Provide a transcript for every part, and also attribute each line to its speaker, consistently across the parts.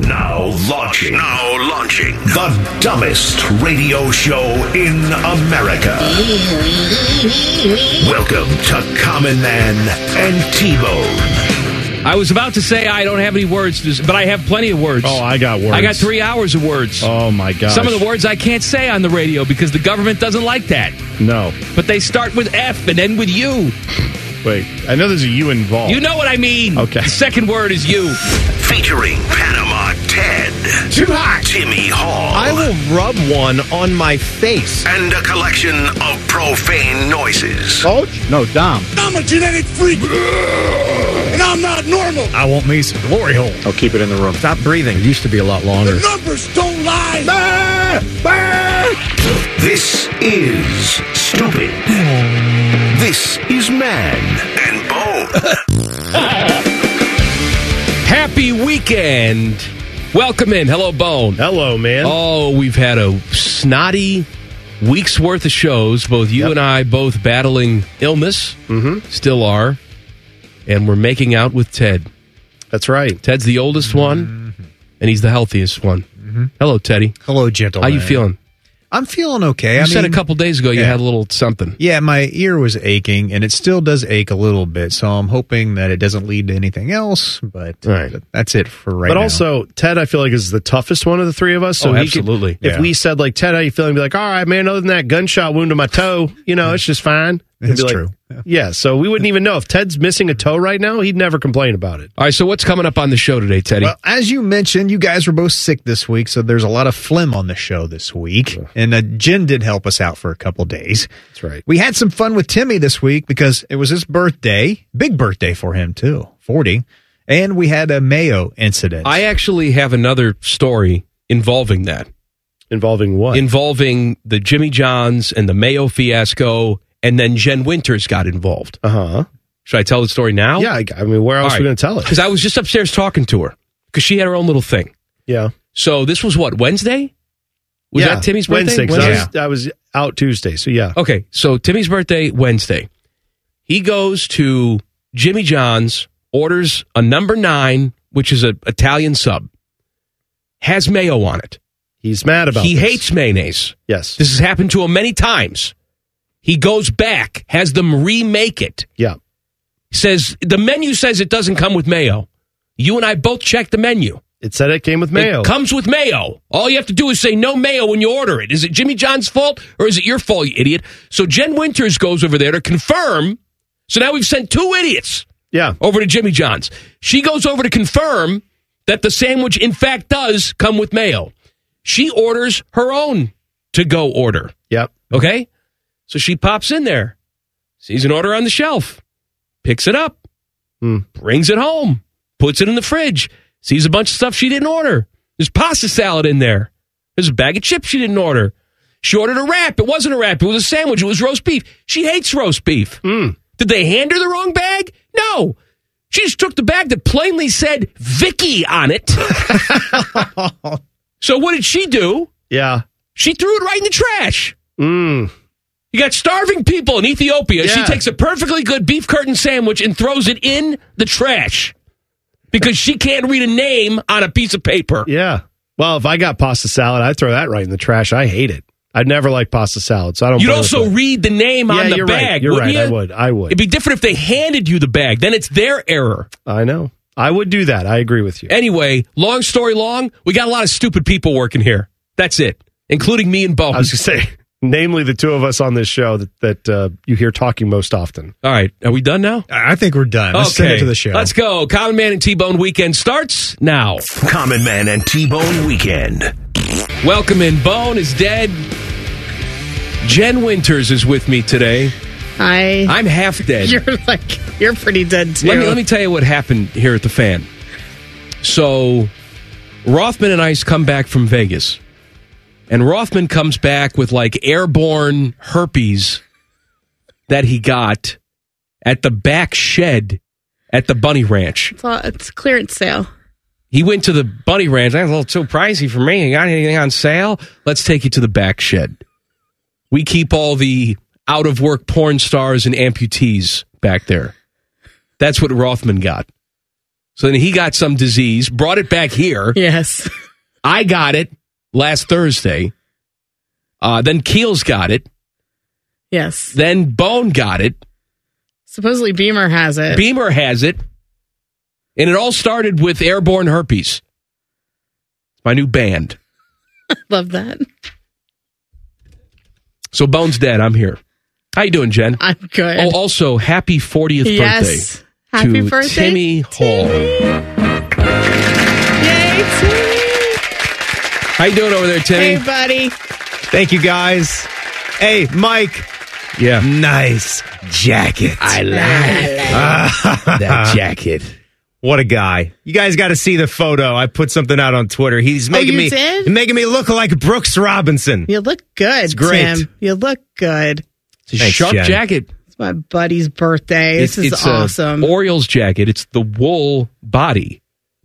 Speaker 1: Now launching. Now launching. The dumbest radio show in America. Welcome to Common Man and T-Bone.
Speaker 2: I was about to say I don't have any words, but I have plenty of words.
Speaker 3: Oh, I got words.
Speaker 2: I got three hours of words.
Speaker 3: Oh, my God.
Speaker 2: Some of the words I can't say on the radio because the government doesn't like that.
Speaker 3: No.
Speaker 2: But they start with F and end with U.
Speaker 3: Wait, I know there's a U involved.
Speaker 2: You know what I mean.
Speaker 3: Okay.
Speaker 2: The second word is you.
Speaker 1: Featuring Panama Ted.
Speaker 4: Too hot.
Speaker 1: Timmy Hall.
Speaker 4: I will rub one on my face.
Speaker 1: And a collection of profane noises.
Speaker 3: Oh, no, Dom.
Speaker 5: I'm a genetic freak. and I'm not normal.
Speaker 3: I want me some glory hole.
Speaker 4: I'll Oh, keep it in the room. Stop breathing. It used to be a lot longer.
Speaker 5: The numbers don't lie.
Speaker 4: Bah! Bah!
Speaker 1: This is stupid. This is man and bone.
Speaker 2: Happy weekend. Welcome in. Hello, Bone.
Speaker 3: Hello, man.
Speaker 2: Oh, we've had a snotty week's worth of shows. Both you yep. and I both battling illness.
Speaker 3: Mm-hmm.
Speaker 2: Still are. And we're making out with Ted.
Speaker 3: That's right.
Speaker 2: Ted's the oldest mm-hmm. one, and he's the healthiest one. Mm-hmm. Hello, Teddy.
Speaker 4: Hello, gentleman.
Speaker 2: How you feeling?
Speaker 4: I'm feeling okay.
Speaker 2: You
Speaker 4: I
Speaker 2: said
Speaker 4: mean,
Speaker 2: a couple days ago you yeah. had a little something.
Speaker 4: Yeah, my ear was aching, and it still does ache a little bit. So I'm hoping that it doesn't lead to anything else. But
Speaker 2: right.
Speaker 4: that's it for right.
Speaker 3: But
Speaker 4: now.
Speaker 3: also, Ted, I feel like is the toughest one of the three of us. So
Speaker 2: oh, absolutely.
Speaker 3: Could, yeah. If we said like Ted, how you feeling? He'd be like, all right, man. Other than that gunshot wound to my toe, you know, it's just fine.
Speaker 4: It's
Speaker 3: like,
Speaker 4: true.
Speaker 3: Yeah, so we wouldn't even know if Ted's missing a toe right now. He'd never complain about it.
Speaker 2: All right, so what's coming up on the show today, Teddy?
Speaker 4: Well, as you mentioned, you guys were both sick this week, so there's a lot of phlegm on the show this week. Yeah. And uh, Jen did help us out for a couple days.
Speaker 3: That's right.
Speaker 4: We had some fun with Timmy this week because it was his birthday, big birthday for him too, forty, and we had a Mayo incident.
Speaker 2: I actually have another story involving that.
Speaker 3: Involving what?
Speaker 2: Involving the Jimmy Johns and the Mayo fiasco and then Jen Winters got involved.
Speaker 3: Uh huh.
Speaker 2: Should I tell the story now?
Speaker 3: Yeah, I mean, where else right. are we going to tell it?
Speaker 2: Because I was just upstairs talking to her because she had her own little thing.
Speaker 3: Yeah.
Speaker 2: So this was what Wednesday. Was
Speaker 3: yeah.
Speaker 2: that Timmy's
Speaker 3: Wednesday,
Speaker 2: birthday? Wednesday.
Speaker 3: Yeah. I, was, I was out Tuesday, so yeah.
Speaker 2: Okay, so Timmy's birthday Wednesday. He goes to Jimmy John's, orders a number nine, which is an Italian sub, has mayo on it.
Speaker 3: He's mad about.
Speaker 2: He
Speaker 3: this.
Speaker 2: hates mayonnaise.
Speaker 3: Yes,
Speaker 2: this has happened to him many times. He goes back, has them remake it.
Speaker 3: Yeah.
Speaker 2: Says the menu says it doesn't come with mayo. You and I both checked the menu.
Speaker 3: It said it came with mayo.
Speaker 2: It comes with mayo. All you have to do is say no mayo when you order it. Is it Jimmy John's fault or is it your fault, you idiot? So Jen Winters goes over there to confirm. So now we've sent two idiots.
Speaker 3: Yeah.
Speaker 2: Over to Jimmy John's. She goes over to confirm that the sandwich in fact does come with mayo. She orders her own to go order.
Speaker 3: Yep.
Speaker 2: Okay? So she pops in there, sees an order on the shelf, picks it up,
Speaker 3: mm.
Speaker 2: brings it home, puts it in the fridge, sees a bunch of stuff she didn't order. There's pasta salad in there. There's a bag of chips she didn't order. She ordered a wrap. It wasn't a wrap. It was a sandwich. It was roast beef. She hates roast beef.
Speaker 3: Mm.
Speaker 2: Did they hand her the wrong bag? No. She just took the bag that plainly said Vicky on it. so what did she do?
Speaker 3: Yeah.
Speaker 2: She threw it right in the trash.
Speaker 3: Mm.
Speaker 2: You got starving people in Ethiopia. Yeah. She takes a perfectly good beef curtain sandwich and throws it in the trash because she can't read a name on a piece of paper.
Speaker 3: Yeah. Well, if I got pasta salad, I'd throw that right in the trash. I hate it. I'd never like pasta salad, so I don't.
Speaker 2: You'd also read the name
Speaker 3: yeah,
Speaker 2: on the
Speaker 3: you're
Speaker 2: bag.
Speaker 3: Right. You're right.
Speaker 2: You?
Speaker 3: I would. I would.
Speaker 2: It'd be different if they handed you the bag. Then it's their error.
Speaker 3: I know. I would do that. I agree with you.
Speaker 2: Anyway, long story long, we got a lot of stupid people working here. That's it, including me and Bob.
Speaker 3: I was going to say namely the two of us on this show that, that uh, you hear talking most often.
Speaker 2: All right. Are we done now?
Speaker 4: I think we're done. Let's
Speaker 2: okay.
Speaker 4: send it to the show.
Speaker 2: Let's go. Common Man and T Bone Weekend starts now.
Speaker 1: Common Man and T Bone Weekend.
Speaker 2: Welcome in. Bone is dead. Jen Winters is with me today.
Speaker 6: Hi.
Speaker 2: I'm half dead.
Speaker 6: You're like, you're pretty dead too.
Speaker 2: Let me, let me tell you what happened here at the fan. So Rothman and Ice come back from Vegas, and Rothman comes back with like airborne herpes that he got at the back shed at the Bunny Ranch.
Speaker 6: It's, all, it's clearance sale.
Speaker 2: He went to the Bunny Ranch. That's a little too pricey for me. You got anything on sale? Let's take you to the back shed. We keep all the out of work porn stars and amputees back there. That's what Rothman got. So then he got some disease, brought it back here.
Speaker 6: Yes.
Speaker 2: I got it last Thursday. Uh, then Keels got it.
Speaker 6: Yes.
Speaker 2: Then Bone got it.
Speaker 6: Supposedly Beamer has it.
Speaker 2: Beamer has it. And it all started with airborne herpes. My new band.
Speaker 6: Love that.
Speaker 2: So Bone's dead. I'm here. How you doing, Jen?
Speaker 6: I'm good.
Speaker 2: Oh, also happy 40th
Speaker 6: yes.
Speaker 2: birthday
Speaker 6: Happy
Speaker 2: to
Speaker 6: birthday.
Speaker 2: Timmy Hall.
Speaker 6: Yay, Timmy.
Speaker 2: How you doing over there,
Speaker 6: Hey,
Speaker 2: Timmy?
Speaker 6: buddy.
Speaker 4: Thank you guys. Hey, Mike.
Speaker 2: Yeah.
Speaker 4: Nice jacket. I like that jacket. What a guy. You guys got to see the photo. I put something out on Twitter. He's making
Speaker 6: Oh, you
Speaker 4: me
Speaker 6: did?
Speaker 4: making me look like Brooks Robinson.
Speaker 6: You look good,
Speaker 4: It's great.
Speaker 6: Tim. You look good.
Speaker 2: It's a
Speaker 4: Thanks,
Speaker 2: sharp
Speaker 4: Jen.
Speaker 2: jacket. uh,
Speaker 6: It's my buddy's birthday. This is
Speaker 2: a
Speaker 6: awesome.
Speaker 2: Orioles jacket. It's the wool body,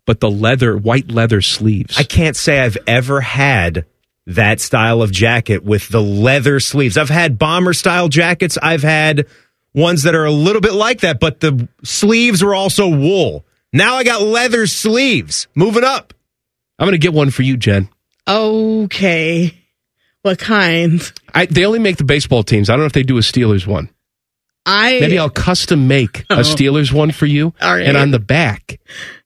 Speaker 2: but the leather, white leather sleeves.
Speaker 4: I can't say I've ever had that style of jacket with the leather sleeves. I've had bomber style jackets. I've had ones that are a little bit like that, but the sleeves were also wool. Now I got leather sleeves. Moving up.
Speaker 2: I'm going to get one for you, Jen.
Speaker 6: okay. What kind?
Speaker 2: I, they only make the baseball teams. I don't know if they do a Steelers one.
Speaker 6: I
Speaker 2: Maybe I'll custom make a Steelers one for you.
Speaker 6: Oh. All right.
Speaker 2: And on the back,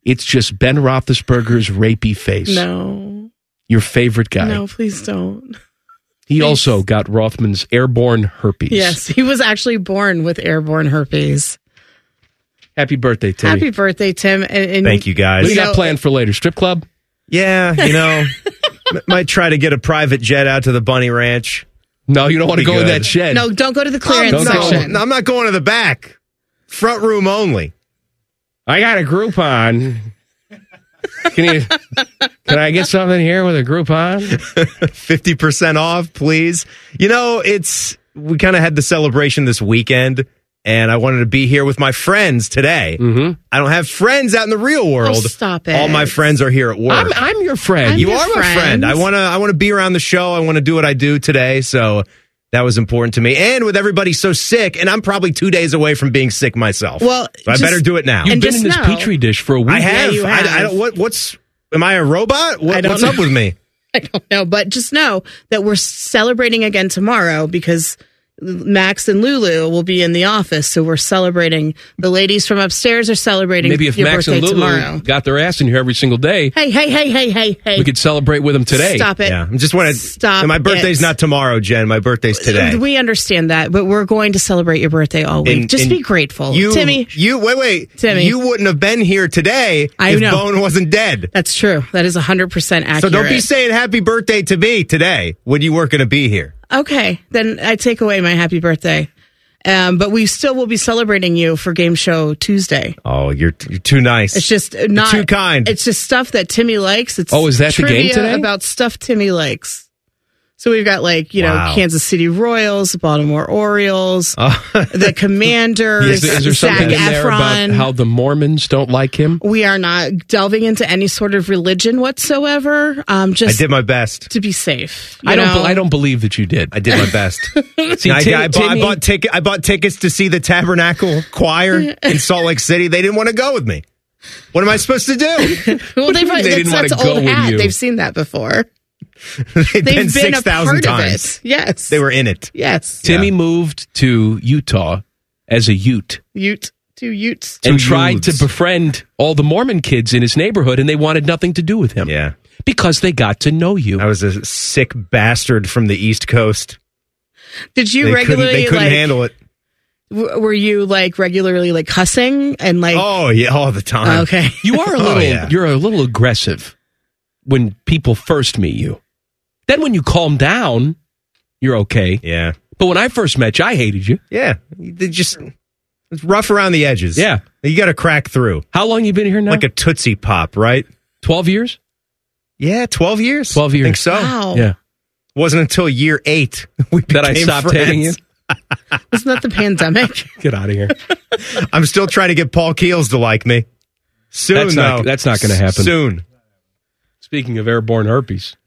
Speaker 2: it's just Ben Roethlisberger's rapey face.
Speaker 6: no.
Speaker 2: Your favorite guy.
Speaker 6: No, please don't.
Speaker 2: He also got Rothman's airborne herpes.
Speaker 6: Yes, he was actually born with airborne herpes.
Speaker 2: Happy birthday, Timmy.
Speaker 6: Happy birthday, Tim! And, and
Speaker 4: Thank you
Speaker 2: what
Speaker 4: guys.
Speaker 2: do you
Speaker 6: You
Speaker 2: got
Speaker 6: know-
Speaker 2: planned for later? Strip club?
Speaker 4: Yeah, you know, m- might try to get a private jet out to the Bunny Ranch.
Speaker 2: No, you don't want to
Speaker 4: Be
Speaker 2: go in
Speaker 4: good.
Speaker 2: that shed.
Speaker 6: No, don't go to the clearance
Speaker 2: Don't go.
Speaker 6: section.
Speaker 4: No, I'm not going to the back. Front room only.
Speaker 2: I got a Groupon. Can you? Can I get something here with a Groupon?
Speaker 4: 50% off, please. You know, it's we kind of had the celebration this weekend and I wanted to be here with my friends today.
Speaker 2: Mhm.
Speaker 4: I don't have friends out in the real world.
Speaker 6: Oh, stop it.
Speaker 4: All my friends are here at work.
Speaker 2: I'm, I'm your friend.
Speaker 6: I'm
Speaker 4: you
Speaker 6: your
Speaker 4: are my
Speaker 6: friend.
Speaker 4: friend. I want to I want to be around the show. I want to do what I do today, so that was important to me. And with everybody so sick, and I'm probably 2 days away from being sick myself.
Speaker 6: Well,
Speaker 4: So I
Speaker 6: just-
Speaker 4: better do it now.
Speaker 2: You've
Speaker 6: And
Speaker 2: been
Speaker 6: just
Speaker 2: in this
Speaker 6: know-
Speaker 2: petri dish for a week.
Speaker 4: I have.
Speaker 6: you
Speaker 4: I, I
Speaker 6: have.
Speaker 4: don't, what, what's am I a robot? What-
Speaker 6: I don't
Speaker 4: what's
Speaker 6: know.
Speaker 4: up with me?
Speaker 6: I don't know, but just know that we're celebrating again tomorrow because Max and Lulu will be in the office, so we're celebrating. The ladies from upstairs are celebrating.
Speaker 2: Maybe if
Speaker 6: your
Speaker 2: Max
Speaker 6: birthday
Speaker 2: and Lulu
Speaker 6: tomorrow.
Speaker 2: got their ass in here every single day,
Speaker 6: Hey, hey, hey, hey, hey, hey!
Speaker 2: we could celebrate with them today.
Speaker 6: Stop it.
Speaker 4: Yeah, I'm just want to
Speaker 6: Stop
Speaker 4: My birthday's
Speaker 6: it.
Speaker 4: not tomorrow, Jen. My birthday's today.
Speaker 6: We understand that, but we're going to celebrate your birthday all week.
Speaker 4: And-
Speaker 6: Just
Speaker 4: and
Speaker 6: be grateful,
Speaker 4: You,
Speaker 6: Timmy.
Speaker 4: You wait, wait.
Speaker 6: Timmy.
Speaker 4: you wouldn't have been here today
Speaker 6: I
Speaker 4: if
Speaker 6: know.
Speaker 4: Bone wasn't dead.
Speaker 6: That's true. That is 100% accurate.
Speaker 4: So don't be saying happy birthday to me today when you weren't going to be here.
Speaker 6: Okay, then I take away my happy birthday. Um, but we still will be celebrating you for game show Tuesday.
Speaker 4: Oh, you're you're too nice.
Speaker 6: It's just not
Speaker 4: too kind.
Speaker 6: It's just stuff that Timmy likes. It's
Speaker 2: Oh, is that the game
Speaker 6: trivia
Speaker 2: today?
Speaker 6: About stuff Timmy likes. So we've got like you
Speaker 4: Wow.
Speaker 6: know Kansas City Royals, Baltimore Orioles, the
Speaker 2: Oh. Is
Speaker 6: Commanders,
Speaker 2: there, is there something
Speaker 6: Zac
Speaker 2: in there
Speaker 6: Efron.
Speaker 2: about how the Mormons don't like him?
Speaker 6: we are not delving into any sort of religion whatsoever. Um,
Speaker 4: I
Speaker 6: just
Speaker 4: did my best.
Speaker 6: to be safe.
Speaker 2: I
Speaker 6: you
Speaker 2: don't.
Speaker 6: know?
Speaker 2: be- I don't believe that you did.
Speaker 4: I did my best.
Speaker 2: See,
Speaker 4: I,
Speaker 2: Tim-
Speaker 4: I bought, I
Speaker 2: Timmy-
Speaker 4: bought ticket. I bought tickets to see the Tabernacle Choir in Salt Lake City. They didn't want to go with me. What am I supposed to do?
Speaker 6: Well,
Speaker 2: mean
Speaker 6: they've
Speaker 2: they
Speaker 6: that's-
Speaker 2: didn't wanna
Speaker 6: that's
Speaker 2: go
Speaker 6: old
Speaker 2: with
Speaker 6: hat.
Speaker 2: you?
Speaker 6: They've seen that before.
Speaker 4: They've
Speaker 6: They've
Speaker 4: been
Speaker 6: been,
Speaker 4: six
Speaker 6: a part
Speaker 4: thousand
Speaker 6: of
Speaker 4: times.
Speaker 6: it. Yes,
Speaker 4: They were in it.
Speaker 6: Yes,
Speaker 2: Timmy moved to Utah as a Ute.
Speaker 6: Ute, two Utes.
Speaker 2: and
Speaker 4: Two
Speaker 2: tried to
Speaker 4: youths.
Speaker 2: befriend all the Mormon kids in his neighborhood, and they wanted nothing to do with him.
Speaker 4: Yeah.
Speaker 2: Because they got to know you.
Speaker 4: I was a sick bastard from the East Coast.
Speaker 6: Did you
Speaker 4: they
Speaker 6: regularly
Speaker 4: couldn't, they couldn't
Speaker 6: like?
Speaker 4: handle it.
Speaker 6: w- were you like regularly like cussing and like?
Speaker 4: Oh yeah, all the time.
Speaker 6: okay.
Speaker 2: You are a
Speaker 4: Oh,
Speaker 2: little
Speaker 4: yeah.
Speaker 2: you're a little aggressive when people first meet you. Then when you calm down, you're okay.
Speaker 4: Yeah,
Speaker 2: But when I first met you, I hated you.
Speaker 4: yeah. They just it's rough around the edges.
Speaker 2: Yeah.
Speaker 4: you got to crack through
Speaker 2: How long you been here now?
Speaker 4: like a tootsie pop, right?
Speaker 2: twelve years?
Speaker 4: Yeah, 12 years.
Speaker 2: 12 years.
Speaker 4: I think so.
Speaker 6: Wow.
Speaker 2: Yeah.
Speaker 4: Wasn't until year eight we
Speaker 2: That I
Speaker 4: became
Speaker 2: stopped
Speaker 4: friends.
Speaker 2: dating you.
Speaker 6: Isn't that the pandemic?
Speaker 2: Get out of here.
Speaker 4: I'm still trying to get Paul Keels to like me. Soon,
Speaker 2: That's not-
Speaker 4: though.
Speaker 2: that's not gonna happen.
Speaker 4: Soon.
Speaker 2: Speaking of airborne herpes.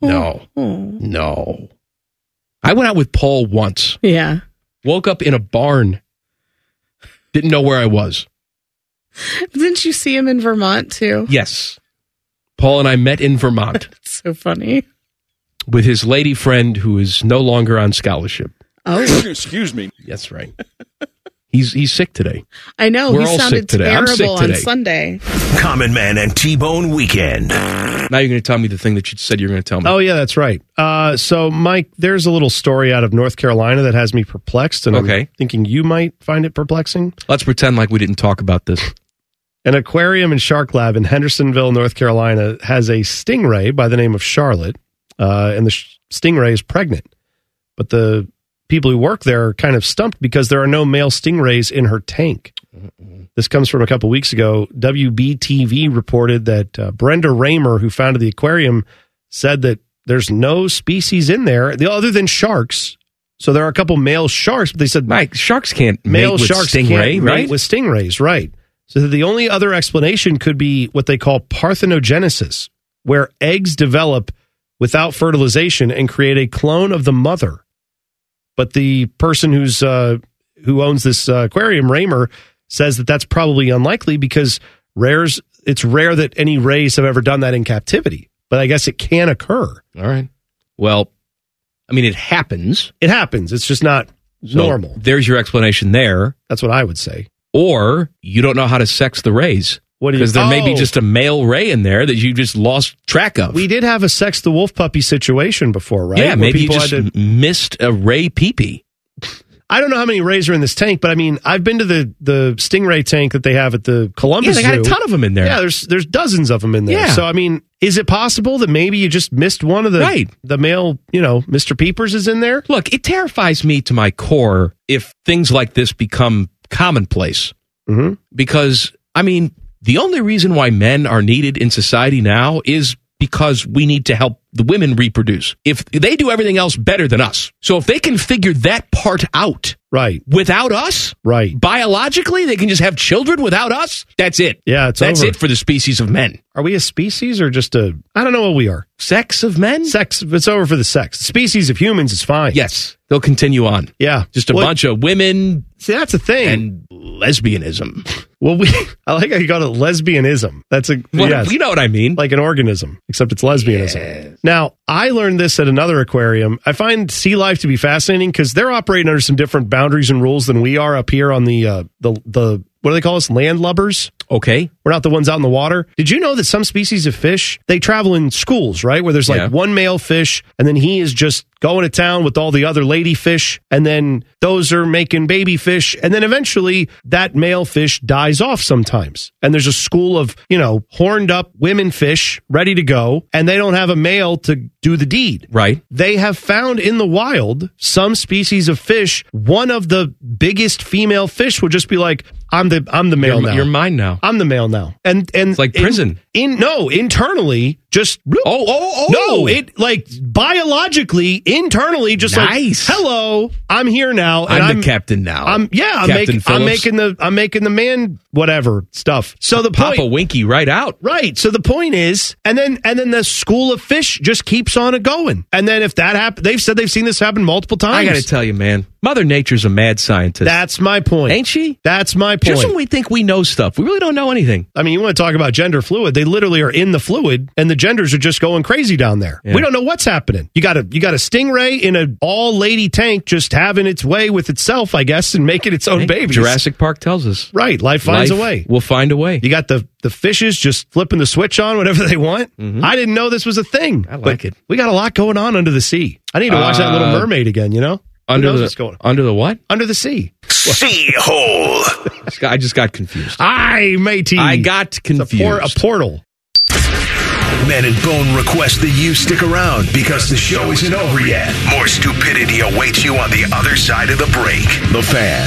Speaker 2: No. No. I went out with Paul once.
Speaker 6: yeah.
Speaker 2: Woke up in a barn. Didn't know where I was.
Speaker 6: Didn't you see him in Vermont too?
Speaker 2: Yes. Paul and I met in Vermont
Speaker 6: It's so funny.
Speaker 2: with his lady friend who is no longer on scholarship.
Speaker 6: Oh,
Speaker 5: Excuse me.
Speaker 2: That's right. He's he's sick today.
Speaker 6: I know.
Speaker 2: We're
Speaker 6: he
Speaker 2: all
Speaker 6: sounded
Speaker 2: sick today. I'm
Speaker 6: terrible
Speaker 2: sick
Speaker 6: on
Speaker 2: today.
Speaker 6: Sunday.
Speaker 1: Common Man and T Bone Weekend.
Speaker 2: Now you're going to tell me the thing that you said you're going to tell me.
Speaker 3: Oh yeah, that's right. Uh, so Mike, there's a little story out of North Carolina that has me perplexed, and I'm
Speaker 2: Okay.
Speaker 3: thinking you might find it perplexing.
Speaker 2: Let's pretend like we didn't talk about this.
Speaker 3: An aquarium and shark lab in Hendersonville, North Carolina, has a stingray by the name of Charlotte, uh, and the sh- stingray is pregnant. But the people who work there are kind of stumped because there are no male stingrays in her tank. This comes from a couple weeks ago. WBTV reported that uh, Brenda Raymer, who founded the aquarium, said that there's no species in there the- other than sharks. So there are a couple male sharks, but they said
Speaker 2: Mike, sharks can't
Speaker 3: male
Speaker 2: mate with
Speaker 3: sharks
Speaker 2: stingray,
Speaker 3: can't mate
Speaker 2: right?
Speaker 3: with stingrays, right? So the only other explanation could be what they call parthenogenesis, where eggs develop without fertilization and create a clone of the mother. But the person who's uh, who owns this uh, aquarium, Raymer, says that that's probably unlikely because rares it's rare that any rays have ever done that in captivity. But I guess it can occur.
Speaker 2: All right. Well, I mean, it happens.
Speaker 3: It happens. It's just not
Speaker 2: So
Speaker 3: normal.
Speaker 2: There's your explanation there.
Speaker 3: That's what I would say.
Speaker 2: Or you don't know how to sex the rays
Speaker 3: What do you-
Speaker 2: because there may be
Speaker 3: Oh.
Speaker 2: just a male ray in there that you just lost track of.
Speaker 3: We did have a sex the wolf puppy situation before, right?
Speaker 2: Yeah,
Speaker 3: Where
Speaker 2: maybe you
Speaker 3: people
Speaker 2: just
Speaker 3: had to-
Speaker 2: missed a ray peepee.
Speaker 3: I don't know how many rays are in this tank, but I mean, I've been to the the stingray tank that they have at the
Speaker 2: Yeah,
Speaker 3: Columbus
Speaker 2: they got
Speaker 3: Zoo.
Speaker 2: a ton of them in there.
Speaker 3: Yeah, there's there's dozens of them in there.
Speaker 2: Yeah.
Speaker 3: So I mean, is it possible that maybe you just missed one of the
Speaker 2: Right.
Speaker 3: the male, you know, Mr. Peepers is in there?
Speaker 2: Look, it terrifies me to my core if things like this become commonplace.
Speaker 3: Mhm.
Speaker 2: Because, I mean, the only reason why men are needed in society now is because we need to help the women reproduce. If they do everything else better than us. So if they can figure that part out
Speaker 3: Right,
Speaker 2: without us,
Speaker 3: right.
Speaker 2: biologically, they can just have children without us. That's it.
Speaker 3: Yeah, it's
Speaker 2: That's
Speaker 3: over.
Speaker 2: it for the species of men.
Speaker 3: Are we a species or just a? I don't know what we are.
Speaker 2: Sex of men?
Speaker 3: Sex. It's over for the sex. Species of humans is fine.
Speaker 2: Yes. They'll continue on.
Speaker 3: Yeah.
Speaker 2: Just a
Speaker 3: Well,
Speaker 2: bunch of women
Speaker 3: See, that's the thing.
Speaker 2: and lesbianism.
Speaker 3: well, we. I like how you got it lesbianism. That's a.
Speaker 2: Well,
Speaker 3: yes.
Speaker 2: You know what I mean.
Speaker 3: like an organism, except it's lesbianism. Now, I learned this at another aquarium. I find sea life to be fascinating because they're operating under some different boundaries and rules than we are up here on the uh, the the what do they call us? Landlubbers.
Speaker 2: Okay.
Speaker 3: We're not the ones out in the water. Did you know that some species of fish they travel in schools, right? Where there's like
Speaker 2: Yeah.
Speaker 3: one male fish, and then he is just going to town with all the other lady fish, and then those are making baby fish, and then eventually that male fish dies off sometimes, and there's a school of you know horned up women fish ready to go, and they don't have a male to do the deed.
Speaker 2: Right.
Speaker 3: They have found in the wild some species of fish. One of the biggest female fish will just be like, "I'm the I'm the male
Speaker 2: You're,
Speaker 3: now.
Speaker 2: you're mine now.
Speaker 3: I'm the male now. And and
Speaker 2: It's like
Speaker 3: in-
Speaker 2: prison.
Speaker 3: In, no, internally, just
Speaker 2: Oh, oh, oh.
Speaker 3: no. It like biologically, internally, just
Speaker 2: Nice.
Speaker 3: like hello, I'm here now.
Speaker 2: I'm,
Speaker 3: and
Speaker 2: the captain now.
Speaker 3: I'm yeah. I'm,
Speaker 2: Captain
Speaker 3: making I'm
Speaker 2: Phillips.
Speaker 3: making the I'm making the man whatever stuff. So the
Speaker 2: Papa
Speaker 3: point,
Speaker 2: Winky right out.
Speaker 3: Right. So the point is, and then and then the school of fish just keeps on a going. And then if that happens, they've said they've seen this happen multiple times.
Speaker 2: I got to tell you, man, Mother Nature's a mad scientist,
Speaker 3: That's my point.
Speaker 2: ain't she?
Speaker 3: That's my point.
Speaker 2: Just when we think we know stuff, we really don't know anything.
Speaker 3: I mean, you want to talk about gender fluid? They literally are in the fluid, and the genders are just going crazy down there.
Speaker 2: Yeah.
Speaker 3: We don't know what's happening. You got a you got a stingray in an all lady tank, just having its way with itself, I guess, and making its own
Speaker 2: Hey,
Speaker 3: babies.
Speaker 2: Jurassic Park tells us.
Speaker 3: Right, life finds
Speaker 2: Life
Speaker 3: a way.
Speaker 2: We'll find a way.
Speaker 3: You got the the fishes just flipping the switch on whenever they want. I didn't know this was a thing.
Speaker 2: Mm-hmm. I
Speaker 3: but
Speaker 2: like it.
Speaker 3: We got a lot going on under the sea. I need to watch that Little
Speaker 2: Uh,
Speaker 3: Mermaid again. You know, Who
Speaker 2: Under
Speaker 3: knows
Speaker 2: the
Speaker 3: what's going on?
Speaker 2: under the what?
Speaker 3: under the sea.
Speaker 1: Sea hole.
Speaker 2: I just got- I just got confused.
Speaker 3: I matey.
Speaker 2: I got
Speaker 3: It's a,
Speaker 2: confused.
Speaker 3: por- a portal.
Speaker 1: Man and Bone request that you stick around because the show isn't over yet. More stupidity awaits you on the other side of the break. The fan.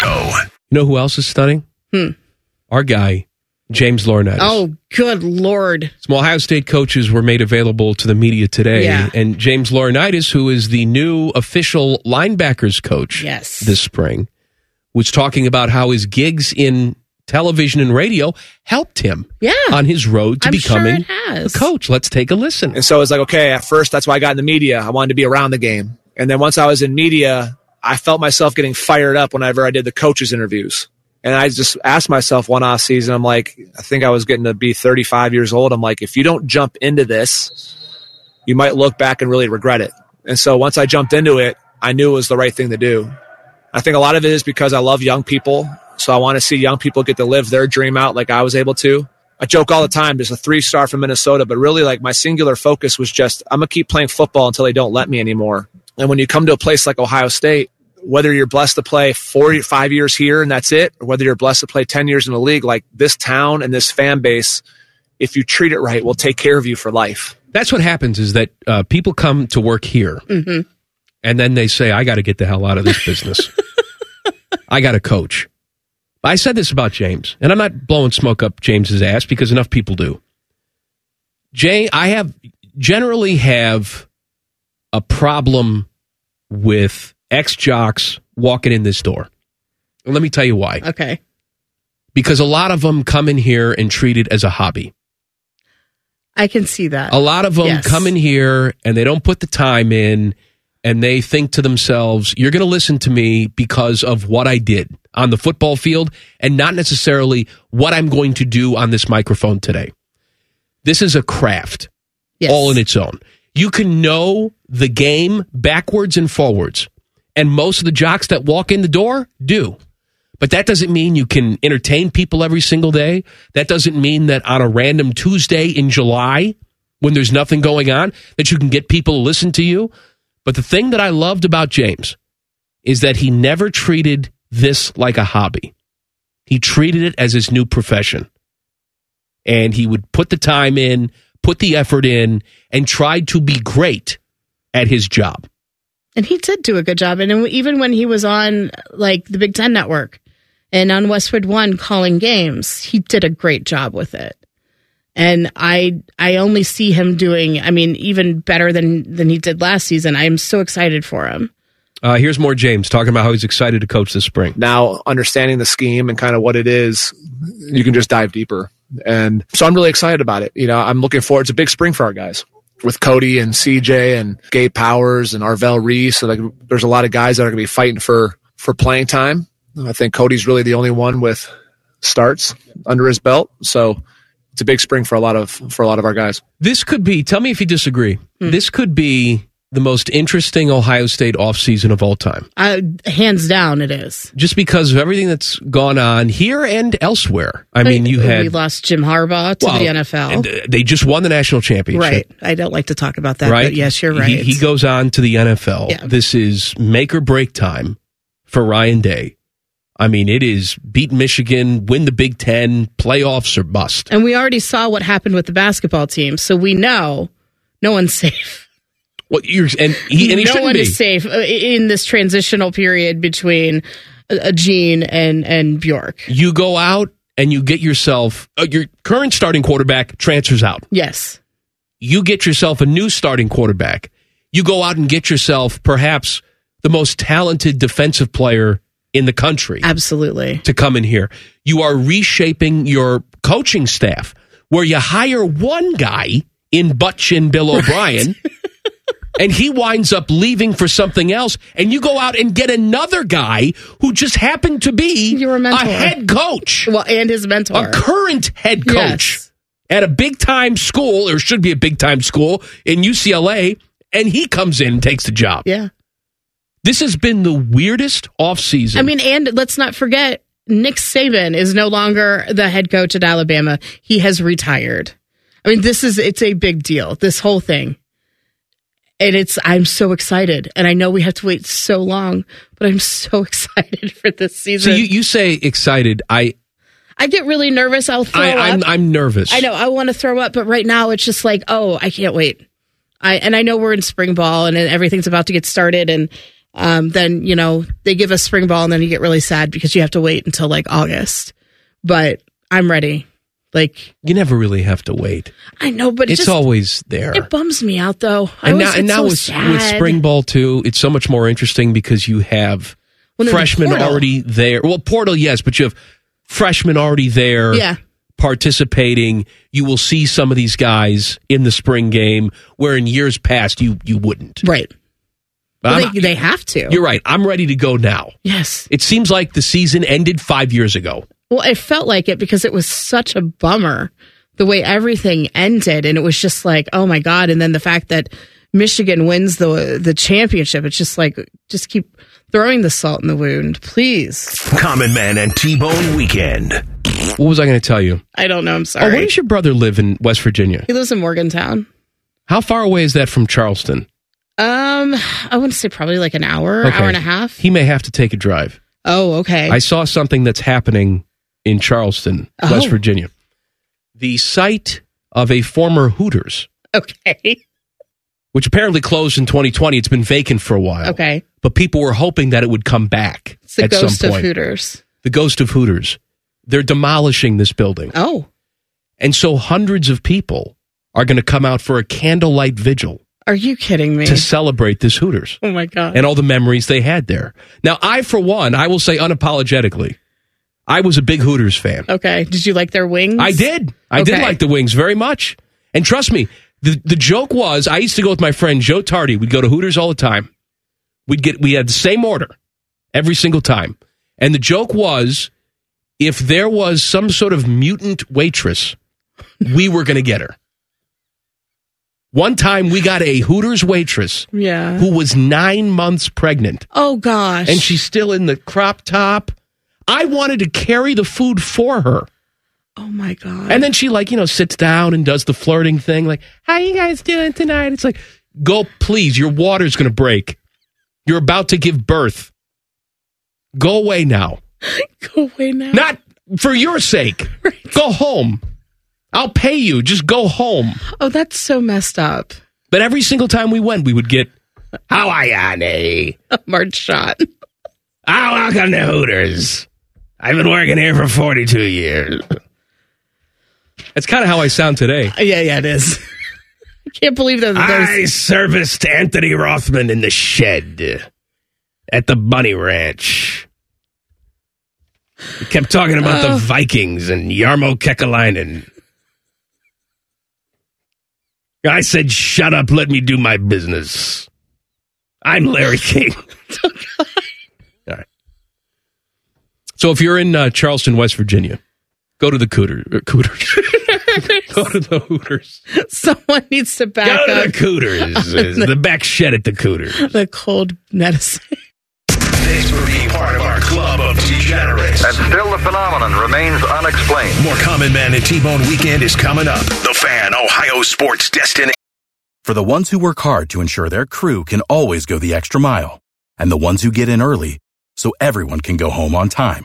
Speaker 1: Go.
Speaker 2: You know who else is stunning?
Speaker 6: Hmm.
Speaker 2: Our guy, James Laurinaitis.
Speaker 6: Oh, good lord.
Speaker 2: Some Ohio State coaches were made available to the media today.
Speaker 6: Yeah.
Speaker 2: And James Laurinaitis, who is the new official linebackers coach
Speaker 6: Yes.
Speaker 2: this spring, was talking about how his gigs in television and radio helped him
Speaker 6: yeah.
Speaker 2: on his road to
Speaker 6: I'm sure
Speaker 2: becoming
Speaker 6: it has.
Speaker 2: a coach. Let's take a listen.
Speaker 7: And so it's like, okay, at first, that's why I got in the media. I wanted to be around the game. And then once I was in media, I felt myself getting fired up whenever I did the coaches interviews. And I just asked myself one off season, I'm like, I think I was getting to be 35 years old. I'm like, if you don't jump into this, you might look back and really regret it. And so once I jumped into it, I knew it was the right thing to do. I think a lot of it is because I love young people. So I want to see young people get to live their dream out like I was able to. I joke all the time, just a three star from Minnesota, but really like my singular focus was just I'm going to keep playing football until they don't let me anymore. And when you come to a place like Ohio State, whether you're blessed to play four, five years here and that's it, or whether you're blessed to play 10 years in the league, like this town and this fan base, if you treat it right, will take care of you for life.
Speaker 2: That's what happens is that uh, people come to work here and then they say, I got to get the hell out of this business. I got to coach. I said this about James, and I'm not blowing smoke up James's ass because enough people do. Jay, I have generally have a problem with ex jocks walking in this door. And let me tell you why.
Speaker 6: Okay.
Speaker 2: Because a lot of them come in here and treat it as a hobby.
Speaker 6: I can see that.
Speaker 2: A lot of them
Speaker 6: Yes.
Speaker 2: come in here and they don't put the time in and they think to themselves, you're going to listen to me because of what I did on the football field and not necessarily what I'm going to do on this microphone today. This is a craft
Speaker 6: Yes.
Speaker 2: all in its own. You can know the game backwards and forwards. And most of the jocks that walk in the door do. But that doesn't mean you can entertain people every single day. That doesn't mean that on a random Tuesday in July, when there's nothing going on, that you can get people to listen to you. But the thing that I loved about James is that he never treated this like a hobby. He treated it as his new profession. And he would put the time in, put the effort in, and tried to be great at his job.
Speaker 6: and he did do a good job. And even when he was on like the Big Ten Network and on Westwood One calling games, he did a great job with it. And I I only see him doing I mean even better than than he did last season. I am so excited for him.
Speaker 2: Uh, here's more James talking about how he's excited to coach this spring.
Speaker 7: now understanding the scheme and kind of what it is, you can just dive deeper. And so I'm really excited about it. You know, I'm looking forward. It's a big spring for our guys with Cody and CJ and Gabe Powers and Arvell Reese. And like, there's a lot of guys that are going to be fighting for for playing time. And I think Cody's really the only one with starts under his belt. So it's a big spring for a lot of for a lot of our guys.
Speaker 2: This could be, tell me if you disagree,
Speaker 6: Hmm.
Speaker 2: this could be the most interesting Ohio State offseason of all time,
Speaker 6: I, hands down, it is.
Speaker 2: just because of everything that's gone on here and elsewhere. I mean, you
Speaker 6: we
Speaker 2: had.
Speaker 6: lost Jim Harbaugh to
Speaker 2: well,
Speaker 6: the NFL.
Speaker 2: and, uh, they just won the national championship.
Speaker 6: right. I don't like to talk about that.
Speaker 2: right?
Speaker 6: But yes, you're right.
Speaker 2: He, he goes on to the NFL.
Speaker 6: Yeah.
Speaker 2: This is make or break time for Ryan Day. I mean, it is beat Michigan, win the Big Ten, playoffs or bust.
Speaker 6: and we already saw what happened with the basketball team, so we know no one's safe.
Speaker 2: What you're and he and he
Speaker 6: no
Speaker 2: shouldn't
Speaker 6: one
Speaker 2: be.
Speaker 6: is safe uh, in this transitional period between uh, Gene and and Bjork.
Speaker 2: You go out and you get yourself uh, your current starting quarterback transfers out.
Speaker 6: Yes,
Speaker 2: You get yourself a new starting quarterback. You go out and get yourself perhaps the most talented defensive player in the country.
Speaker 6: absolutely.
Speaker 2: to come in here. You are reshaping your coaching staff where you hire one guy in Butch and Bill O'Brien and he winds up leaving for something else and you go out and get another guy who just happened to be
Speaker 6: You're a mentor.
Speaker 2: head coach,
Speaker 6: Well, and his mentor.
Speaker 2: a current head coach
Speaker 6: Yes.
Speaker 2: at a big time school or should be a big time school in UCLA and he comes in and takes the job.
Speaker 6: Yeah,
Speaker 2: This has been the weirdest offseason.
Speaker 6: I mean, and let's not forget Nick Saban is no longer the head coach at Alabama. He has retired. I mean, this is it's a big deal. This whole thing, and it's I'm so excited, and I know we have to wait so long, but I'm so excited for this
Speaker 2: So
Speaker 6: season.
Speaker 2: you, you say excited. I,
Speaker 6: I get really nervous. I'll throw
Speaker 2: I
Speaker 6: up.
Speaker 2: I'm I'm nervous.
Speaker 6: I know I want to throw up, but right now it's just like, oh, I can't wait. I and I know we're in spring ball and everything's about to get started, and um, then you know they give us spring ball, and then you get really sad because you have to wait until like August. But I'm ready. Like
Speaker 2: You never really have to wait.
Speaker 6: I know, but it
Speaker 2: it's
Speaker 6: just,
Speaker 2: always there.
Speaker 6: It bums me out though. I
Speaker 2: and
Speaker 6: always
Speaker 2: now,
Speaker 6: get
Speaker 2: and now
Speaker 6: so
Speaker 2: with,
Speaker 6: sad.
Speaker 2: with spring ball too, it's so much more interesting because you have
Speaker 6: Well, no, the
Speaker 2: freshmen
Speaker 6: portal.
Speaker 2: already there. Well, portal yes, but you have freshmen already there.
Speaker 6: Yeah.
Speaker 2: Participating, you will see some of these guys in the spring game, where in years past you you wouldn't.
Speaker 6: right?
Speaker 2: But
Speaker 6: Well,
Speaker 2: I'm-
Speaker 6: they, they have to.
Speaker 2: you're right. I'm ready to go now.
Speaker 6: Yes.
Speaker 2: It seems like the season ended five years ago.
Speaker 6: Well, it felt like it because it was such a bummer the way everything ended, and it was just like, oh my god! And then the fact that Michigan wins the the championship, it's just like, just keep throwing the salt in the wound, please.
Speaker 1: Common Man and T Bone Weekend.
Speaker 2: What was I going to tell you?
Speaker 6: I don't know. I'm
Speaker 2: Oh, where
Speaker 6: sorry.
Speaker 2: does your brother live in West Virginia?
Speaker 6: he lives in Morgantown.
Speaker 2: How far away is that from Charleston?
Speaker 6: Um, I want to say probably like an hour,
Speaker 2: Okay.
Speaker 6: hour and a half.
Speaker 2: He may have to take a drive.
Speaker 6: oh, okay.
Speaker 2: I saw something that's happening in Charleston, West
Speaker 6: Oh.
Speaker 2: Virginia. The site of a former Hooters,
Speaker 6: okay.
Speaker 2: which apparently closed in 2020. It's been vacant for a while.
Speaker 6: Okay.
Speaker 2: But people were hoping that it would come back
Speaker 6: It's the
Speaker 2: at
Speaker 6: ghost
Speaker 2: some
Speaker 6: of
Speaker 2: point.
Speaker 6: Hooters.
Speaker 2: The ghost of Hooters. They're demolishing this building.
Speaker 6: Oh,
Speaker 2: And so hundreds of people are going to come out for a candlelight vigil
Speaker 6: are you kidding me?
Speaker 2: to celebrate this Hooters
Speaker 6: oh my god.
Speaker 2: and all the memories they had there. Now, I, for one, I will say unapologetically, I was a big Hooters fan.
Speaker 6: okay. Did you like their wings?
Speaker 2: I did. I did
Speaker 6: Okay.
Speaker 2: like the wings very much. And trust me, the the joke was I used to go with my friend Joe Tardy. We'd go to Hooters all the time. We'd get we had the same order every single time. And the joke was if there was some sort of mutant waitress, we were going to get her. One time we got a Hooters waitress
Speaker 6: Yeah.
Speaker 2: who was 9 months pregnant
Speaker 6: oh gosh.
Speaker 2: and she's still in the crop top. I wanted to carry the food for her.
Speaker 6: Oh my god.
Speaker 2: And then she like, you know, sits down and does the flirting thing, like, how you guys doing tonight? It's like, go please, your water's gonna break. You're about to give birth. Go away now.
Speaker 6: Go away now.
Speaker 2: Not for your sake. Go home. I'll pay you. Just go home.
Speaker 6: oh, that's so messed up.
Speaker 2: But every single time we went, we would get How are you, honey?
Speaker 6: A March shot.
Speaker 2: I welcome to Hooters. I've been working here for 42 years. That's kind of how I sound today.
Speaker 6: yeah, yeah, it is. I can't believe that there's
Speaker 2: serviced Anthony Rothman in the shed at the Bunny Ranch. We kept talking about
Speaker 6: Uh.
Speaker 2: the Vikings and Yarmo Kekalainen. I said, shut up, let me do my business. I'm Larry King. All right. So if you're in uh, Charleston, West Virginia, go to the Cooter, er, Cooters. go to the Hooters.
Speaker 6: someone needs to back
Speaker 2: Go to
Speaker 6: up
Speaker 2: the Cooters. the back shed at the Cooters.
Speaker 6: the cold medicine.
Speaker 1: Thanks for being part of our club of degenerates.
Speaker 8: And still the phenomenon remains unexplained.
Speaker 1: More Common Man and T Bone Weekend is coming up. The Fan, Ohio Sports Destination.
Speaker 9: For the ones who work hard to ensure their crew can always go the extra mile, and the ones who get in early so everyone can go home on time,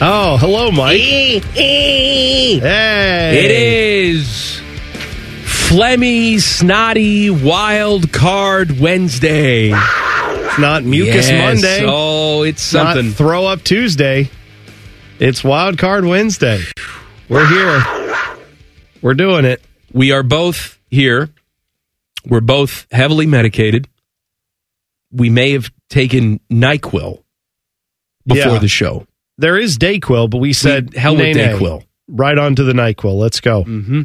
Speaker 3: Oh, hello, Mike. Hey.
Speaker 2: It is phlegmy, snotty, wild card Wednesday.
Speaker 3: It's not Mucus
Speaker 2: Yes.
Speaker 3: Monday.
Speaker 2: Oh, it's
Speaker 3: not
Speaker 2: something.
Speaker 3: Throw Up Tuesday. It's Wild Card Wednesday. We're here. We're doing it.
Speaker 2: we are both here. We're both heavily medicated. We may have taken NyQuil, before
Speaker 3: Yeah.
Speaker 2: the show.
Speaker 3: There is Dayquil, but we said
Speaker 2: hell with
Speaker 3: nay, nay.
Speaker 2: Dayquil.
Speaker 3: Right on to the Nyquil. Let's go. Mm-hmm.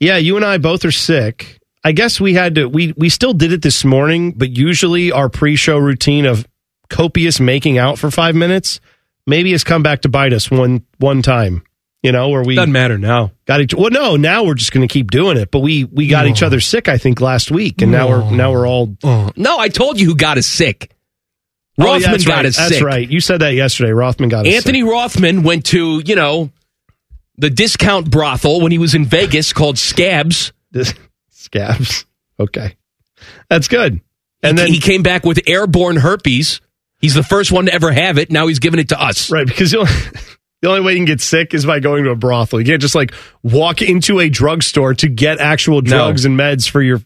Speaker 3: Yeah, you and I both are sick. I guess we had to. We we still did it this morning, but usually our pre-show routine of copious making out for five minutes maybe has come back to bite us one one time. You know, where we doesn't
Speaker 2: matter now.
Speaker 3: Got each. Well, no, now we're just going to keep doing it. But we we got each other sick. I think last week, and now we're now we're all.
Speaker 2: No, I told you who got us sick.
Speaker 3: Oh, yeah,
Speaker 2: Oh. Rothman
Speaker 3: that's
Speaker 2: got
Speaker 3: right,
Speaker 2: us
Speaker 3: That's
Speaker 2: sick.
Speaker 3: right. You said that yesterday. Rothman got us sick.
Speaker 2: Anthony Rothman went to, you know, the discount brothel when he was in Vegas called Scabs.
Speaker 3: Scabs. Okay. That's good. And
Speaker 2: then he came back with airborne herpes. He's the first one to ever have it. Now he's giving it to us.
Speaker 3: Right, because you'll. The only way you can get sick is by going to a brothel. You can't just like walk into a drugstore to get actual drugs and meds for your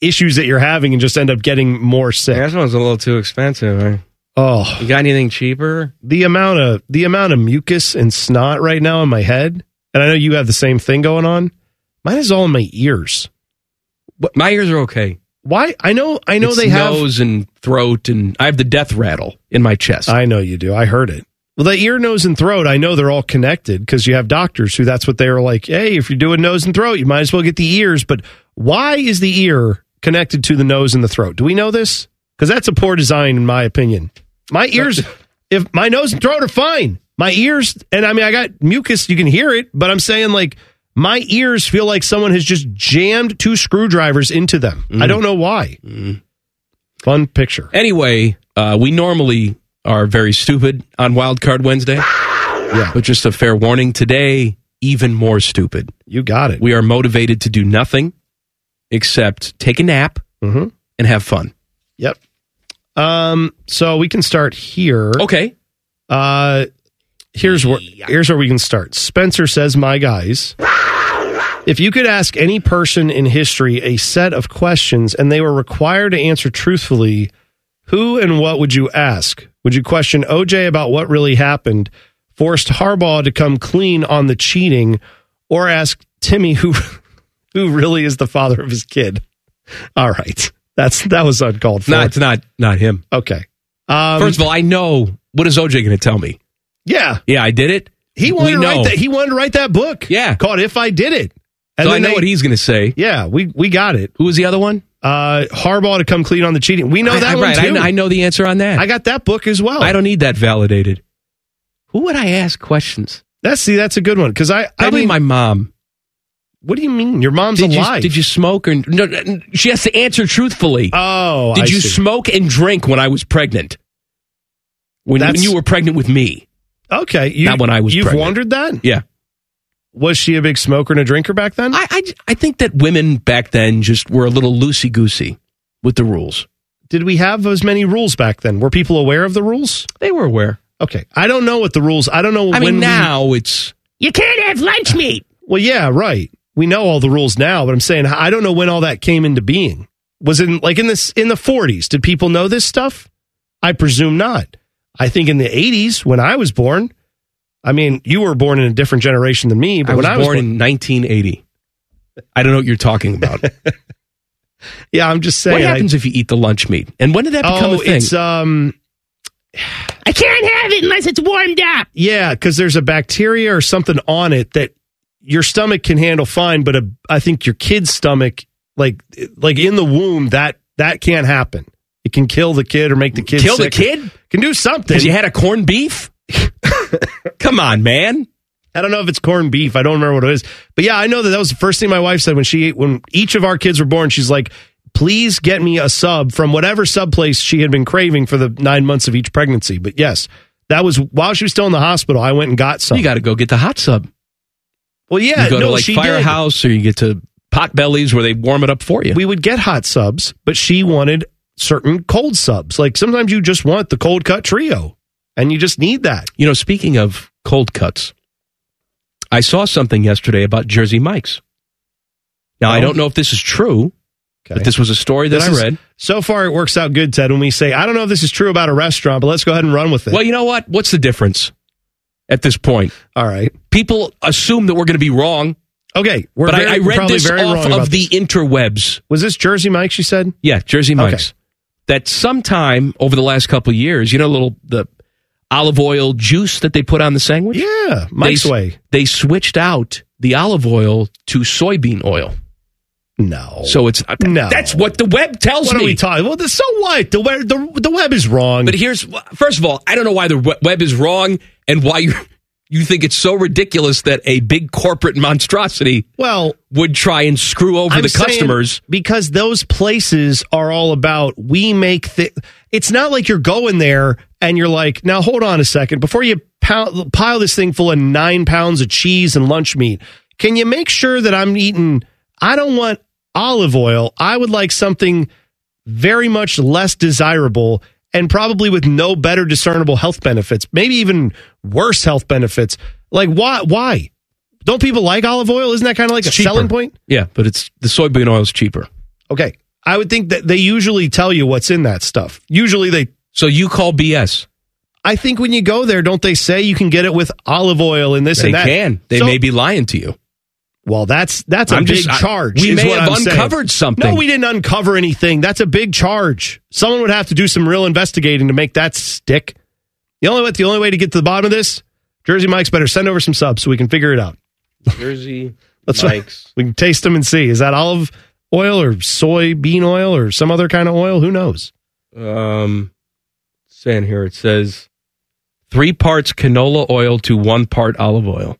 Speaker 3: issues that you're having and just end up getting more sick.
Speaker 10: That one's a little too expensive. eh?
Speaker 3: Oh,
Speaker 10: you got anything cheaper?
Speaker 3: The amount of the amount of mucus and snot right now in my head, and I know you have the same thing going on. Mine is all in my ears.
Speaker 2: But my ears are okay.
Speaker 3: Why? I know. I know
Speaker 2: It's
Speaker 3: they have
Speaker 2: nose and throat, and I have the death rattle in my chest.
Speaker 3: I know you do. I heard it. Well, the ear, nose, and throat, I know they're all connected because you have doctors who that's what they were like. Hey, if you're doing nose and throat, you might as well get the ears. But why is the ear connected to the nose and the throat? Do we know this? Because that's a poor design, in my opinion. My ears, if my nose and throat are fine, my ears, and I mean, I got mucus, you can hear it, but I'm saying like my ears feel like someone has just jammed two screwdrivers into them.
Speaker 2: Mm.
Speaker 3: I don't know why. Mm. Fun picture.
Speaker 2: Anyway, uh, we normally are very stupid on Wild Card Wednesday.
Speaker 3: Yeah.
Speaker 2: But just a fair warning today, even more stupid.
Speaker 3: You got it.
Speaker 2: We are motivated to do nothing except take a nap
Speaker 3: Mm-hmm.
Speaker 2: and have fun.
Speaker 3: Yep. Um, so we can start here.
Speaker 2: Okay.
Speaker 3: Uh here's where here's where we can start. Spencer says, My guys. If you could ask any person in history a set of questions and they were required to answer truthfully, who and what would you ask? Would you question OJ about what really happened, forced Harbaugh to come clean on the cheating, or ask Timmy who who really is the father of his kid? All right. That's that was uncalled for.
Speaker 2: No, it's not not him.
Speaker 3: Okay. Um,
Speaker 2: First of all, I know what is OJ going to tell me.
Speaker 3: Yeah.
Speaker 2: Yeah, I did it.
Speaker 3: He wanted
Speaker 2: we
Speaker 3: to
Speaker 2: know.
Speaker 3: write that. He wanted to write that book.
Speaker 2: Yeah,
Speaker 3: called "If I Did It."
Speaker 2: so I
Speaker 3: then
Speaker 2: know
Speaker 3: they-
Speaker 2: what he's going to say.
Speaker 3: Yeah, we we got it.
Speaker 2: Who was the other one?
Speaker 3: Uh, Harbaugh to come clean on the cheating. We know
Speaker 2: I-
Speaker 3: that
Speaker 2: I-
Speaker 3: one
Speaker 2: right, I
Speaker 3: too.
Speaker 2: kn- I know the answer on that.
Speaker 3: I got that book as well.
Speaker 2: I don't need that validated. Who would I ask questions?
Speaker 3: That's see, that's a good one because I
Speaker 2: Probably
Speaker 3: I mean,
Speaker 2: my mom.
Speaker 3: What do you mean? Your mom's
Speaker 2: did
Speaker 3: alive.
Speaker 2: You, did you smoke or no, no, She has to answer truthfully.
Speaker 3: Oh,
Speaker 2: did
Speaker 3: I
Speaker 2: you
Speaker 3: see.
Speaker 2: smoke and drink when I was pregnant? When, when
Speaker 3: That's-
Speaker 2: you were pregnant with me?
Speaker 3: Okay, you,
Speaker 2: Not when I was
Speaker 3: You've
Speaker 2: pregnant.
Speaker 3: wondered that.
Speaker 2: Yeah.
Speaker 3: Was she a big smoker and a drinker back then?
Speaker 2: I I, I think that women back then just were a little loosey goosey with the rules.
Speaker 3: Did we have as many rules back then? Were people aware of the rules?
Speaker 2: They were aware.
Speaker 3: Okay, I don't know what the rules. I don't know.
Speaker 2: I
Speaker 3: when
Speaker 2: mean,
Speaker 3: we-
Speaker 2: now it's you can't have lunch meat.
Speaker 3: Well, yeah, right. We know all the rules now, but I'm saying I don't know when all that came into being. Was in like in this in the 40s? Did people know this stuff? I presume not. I think in the 80s when I was born, I mean, you were born in a different generation than me, but
Speaker 2: I was,
Speaker 3: when I was
Speaker 2: born in 1980. I don't know what you're talking about.
Speaker 3: yeah, I'm just saying.
Speaker 2: what
Speaker 3: I-
Speaker 2: happens if you eat the lunch meat? And when did that become
Speaker 3: oh,
Speaker 2: a thing?
Speaker 3: it's um
Speaker 6: I can't have it unless it's warmed up.
Speaker 3: Yeah, because there's a bacteria or something on it that your stomach can handle fine, but a, I think your kid's stomach, like like in the womb, that that can't happen. It can kill the kid or make the kid
Speaker 2: Kill the
Speaker 3: sick.
Speaker 2: kid?
Speaker 3: Can do something.
Speaker 2: Because you had a corned beef? Come on, man.
Speaker 3: I don't know if it's corned beef. I don't remember what it is, but yeah, I know that that was the first thing my wife said when she when each of our kids were born. She's like, "Please get me a sub from whatever sub place she had been craving for the nine months of each pregnancy." But yes, that was while she was still in the hospital. I went and got some.
Speaker 2: You got to go get the hot sub.
Speaker 3: well, yeah,
Speaker 2: you go
Speaker 3: no,
Speaker 2: to like
Speaker 3: she did.
Speaker 2: Firehouse or you get to Potbellies where they warm it up for you.
Speaker 3: we would get hot subs, but she wanted certain cold subs. Like sometimes you just want the cold cut trio and you just need that.
Speaker 2: you know, speaking of cold cuts, I saw something yesterday about Jersey Mike's. Now, I
Speaker 3: Oh.
Speaker 2: don't know if this is true, but this was a story that
Speaker 3: This
Speaker 2: I
Speaker 3: is-
Speaker 2: read.
Speaker 3: so far, it works out good, Ted, when we say, I don't know if this is true about a restaurant, but let's go ahead and run with it.
Speaker 2: Well, you know what? What's the difference at this point?
Speaker 3: All right.
Speaker 2: People assume that we're going to be wrong,
Speaker 3: Okay. We're
Speaker 2: but I-
Speaker 3: very-
Speaker 2: I,
Speaker 3: we're
Speaker 2: read
Speaker 3: probably
Speaker 2: this
Speaker 3: very
Speaker 2: off
Speaker 3: wrong about
Speaker 2: of the
Speaker 3: this.
Speaker 2: interwebs.
Speaker 3: Was this Jersey Mike, she said?
Speaker 2: Yeah, Jersey Mike's. That sometime over the last couple of years, you know, little the olive oil juice that they put on the sandwich. Yeah,
Speaker 3: Mike's
Speaker 2: they, s-
Speaker 3: way.
Speaker 2: They switched out the olive oil to soybean oil.
Speaker 3: No.
Speaker 2: So it's
Speaker 3: No.
Speaker 2: Oh. That's what the web tells
Speaker 3: What
Speaker 2: me.
Speaker 3: are we talking? Well, the- so what? The web, the, the web is wrong.
Speaker 2: But here's first of all, I don't know why the we- web is wrong and why you you think it's so ridiculous that a big corporate monstrosity
Speaker 3: well
Speaker 2: would try and screw over
Speaker 3: I'm
Speaker 2: the
Speaker 3: saying
Speaker 2: customers.
Speaker 3: because those places are all about we make the. It's not like you're going there and you're like, now hold on a second before you pound, pile this thing full of nine pounds of cheese and lunch meat. Can you make sure that I'm eating? I don't want olive oil. I would like something very much less desirable and probably with no better discernible health benefits, maybe even worse health benefits. Like why? Why don't people like olive oil? Isn't that kind of like a selling point?
Speaker 2: Yeah, but it's the soybean oil is cheaper.
Speaker 3: Okay. I would think that they usually tell you what's in that stuff. Usually they.
Speaker 2: So you call BS.
Speaker 3: I think when you go there, don't they say you can get it with olive oil and this
Speaker 2: They
Speaker 3: and that?
Speaker 2: can. They may be lying to you.
Speaker 3: Well, that's that's a
Speaker 2: I'm
Speaker 3: big
Speaker 2: just- I-
Speaker 3: charge.
Speaker 2: we
Speaker 3: is
Speaker 2: may
Speaker 3: what
Speaker 2: have
Speaker 3: I'm saying.
Speaker 2: uncovered something.
Speaker 3: No, we didn't uncover anything. That's a big charge. Someone would have to do some real investigating to make that stick. The only way, the only way to get to the bottom of this, Jersey Mike's better send over some subs so we can figure it out.
Speaker 10: Jersey
Speaker 3: Let's we can taste them and see. Is that olive oil or soybean oil or some other kind of oil? Who knows?
Speaker 10: Um, saying here it says three parts canola oil to one part olive oil.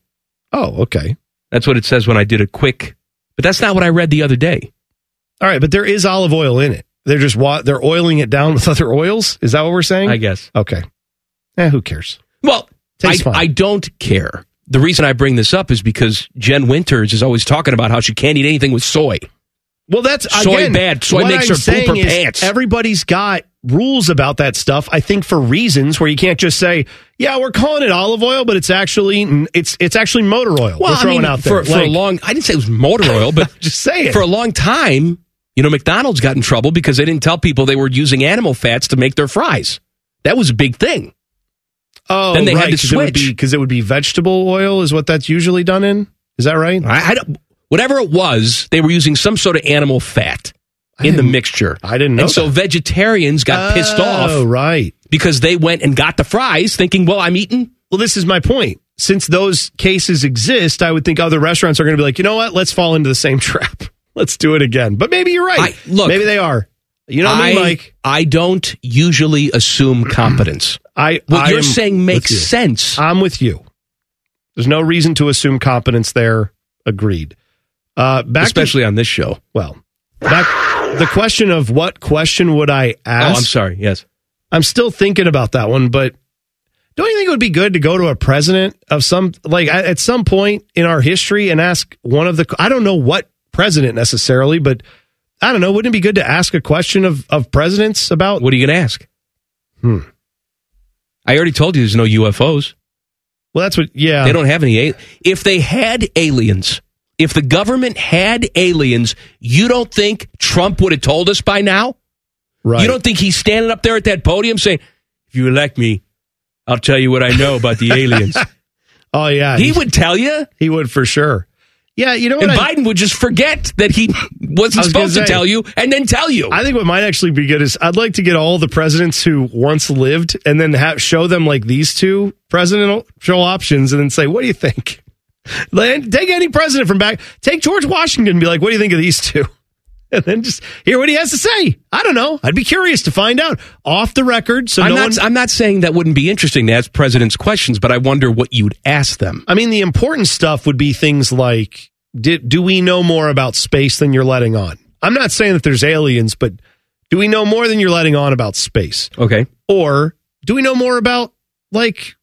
Speaker 3: Oh, okay.
Speaker 2: That's what it says when I did a quick. But that's not what I read the other day.
Speaker 3: All right, but there is olive oil in it. They're just wa- they're oiling it down with other oils. Is that what we're saying? I
Speaker 10: guess.
Speaker 3: Okay. Eh, who cares?
Speaker 2: Well, I, I don't care. The reason I bring this up is because Jen Winters is always talking about how she can't eat anything with soy.
Speaker 3: Well, that's
Speaker 2: Soy
Speaker 3: again,
Speaker 2: bad. Soy
Speaker 3: what
Speaker 2: makes
Speaker 3: I'm
Speaker 2: her poop
Speaker 3: saying
Speaker 2: her
Speaker 3: is
Speaker 2: pants.
Speaker 3: Everybody's got rules about that stuff. I think for reasons where you can't just say, "Yeah, we're calling it olive oil, but it's actually it's it's actually motor oil."
Speaker 2: Well,
Speaker 3: we're throwing
Speaker 2: I mean,
Speaker 3: out
Speaker 2: for,
Speaker 3: there
Speaker 2: for a
Speaker 3: Like,
Speaker 2: long. I didn't say it was motor oil, but
Speaker 3: just saying
Speaker 2: for a long time, you know, McDonald's got in trouble because they didn't tell people they were using animal fats to make their fries. That was a big thing.
Speaker 3: Oh,
Speaker 2: then they
Speaker 3: right,
Speaker 2: had to
Speaker 3: 'cause it would
Speaker 2: switch.
Speaker 3: be- 'cause it would be vegetable oil is what that's usually done in. Is that right?
Speaker 2: I, I don't, whatever it was, they were using some sort of animal fat in the mixture.
Speaker 3: I didn't know
Speaker 2: And so vegetarians got pissed off.
Speaker 3: Oh, right.
Speaker 2: Because they went and got the fries thinking, well, I'm eating.
Speaker 3: Well, this is my point. Since those cases exist, I would think other restaurants are going to be like, you know what? Let's fall into the same trap. Let's do it again. But maybe you're right.
Speaker 2: look,
Speaker 3: maybe they are. You know what I mean, Mike?
Speaker 2: I don't usually assume competence.
Speaker 3: I
Speaker 2: what
Speaker 3: I
Speaker 2: you're
Speaker 3: am
Speaker 2: saying
Speaker 3: with
Speaker 2: makes
Speaker 3: you.
Speaker 2: sense.
Speaker 3: I'm with you. There's no reason to assume competence there. Agreed. Uh, back
Speaker 2: Especially on this show.
Speaker 3: Well, back, the question of what question would I ask?
Speaker 2: Oh, I'm sorry. Yes.
Speaker 3: I'm still thinking about that one, but don't you think it would be good to go to a president of some like at at some point in our history and ask one of the I don't know what president necessarily, but I don't know. Wouldn't it be good to ask a question of of presidents about
Speaker 2: What are you going to ask?
Speaker 3: Hmm.
Speaker 2: I already told you there's no UFOs.
Speaker 3: Well, that's what. Yeah,
Speaker 2: they don't have any. a- If they had aliens, if the government had aliens, you don't think Trump would have told us by now?
Speaker 3: Right.
Speaker 2: You don't think he's standing up there at that podium saying, "If you elect me, I'll tell you what I know about the aliens."
Speaker 3: Oh yeah,
Speaker 2: he would tell you.
Speaker 3: He would for sure. Yeah, you know what
Speaker 2: And
Speaker 3: I-
Speaker 2: Biden would just forget that he wasn't
Speaker 3: I was
Speaker 2: supposed
Speaker 3: gonna
Speaker 2: to
Speaker 3: say.
Speaker 2: tell you and then tell you.
Speaker 3: I think what might actually be good is I'd like to get all the presidents who once lived and then have, show them like these two presidential options and then say, what do you think? Then take any president from back, take George Washington and be like, what do you think of these two? And then just hear what he has to say. I don't know. I'd be curious to find out off the record. So
Speaker 2: I'm,
Speaker 3: no
Speaker 2: not,
Speaker 3: one,
Speaker 2: I'm not saying that wouldn't be interesting to ask presidents questions, but I wonder what you'd ask them.
Speaker 3: I mean, the important stuff would be things like, did, do we know more about space than you're letting on? I'm not saying that there's aliens, but do we know more than you're letting on about space?
Speaker 2: Okay.
Speaker 3: Or do we know more about like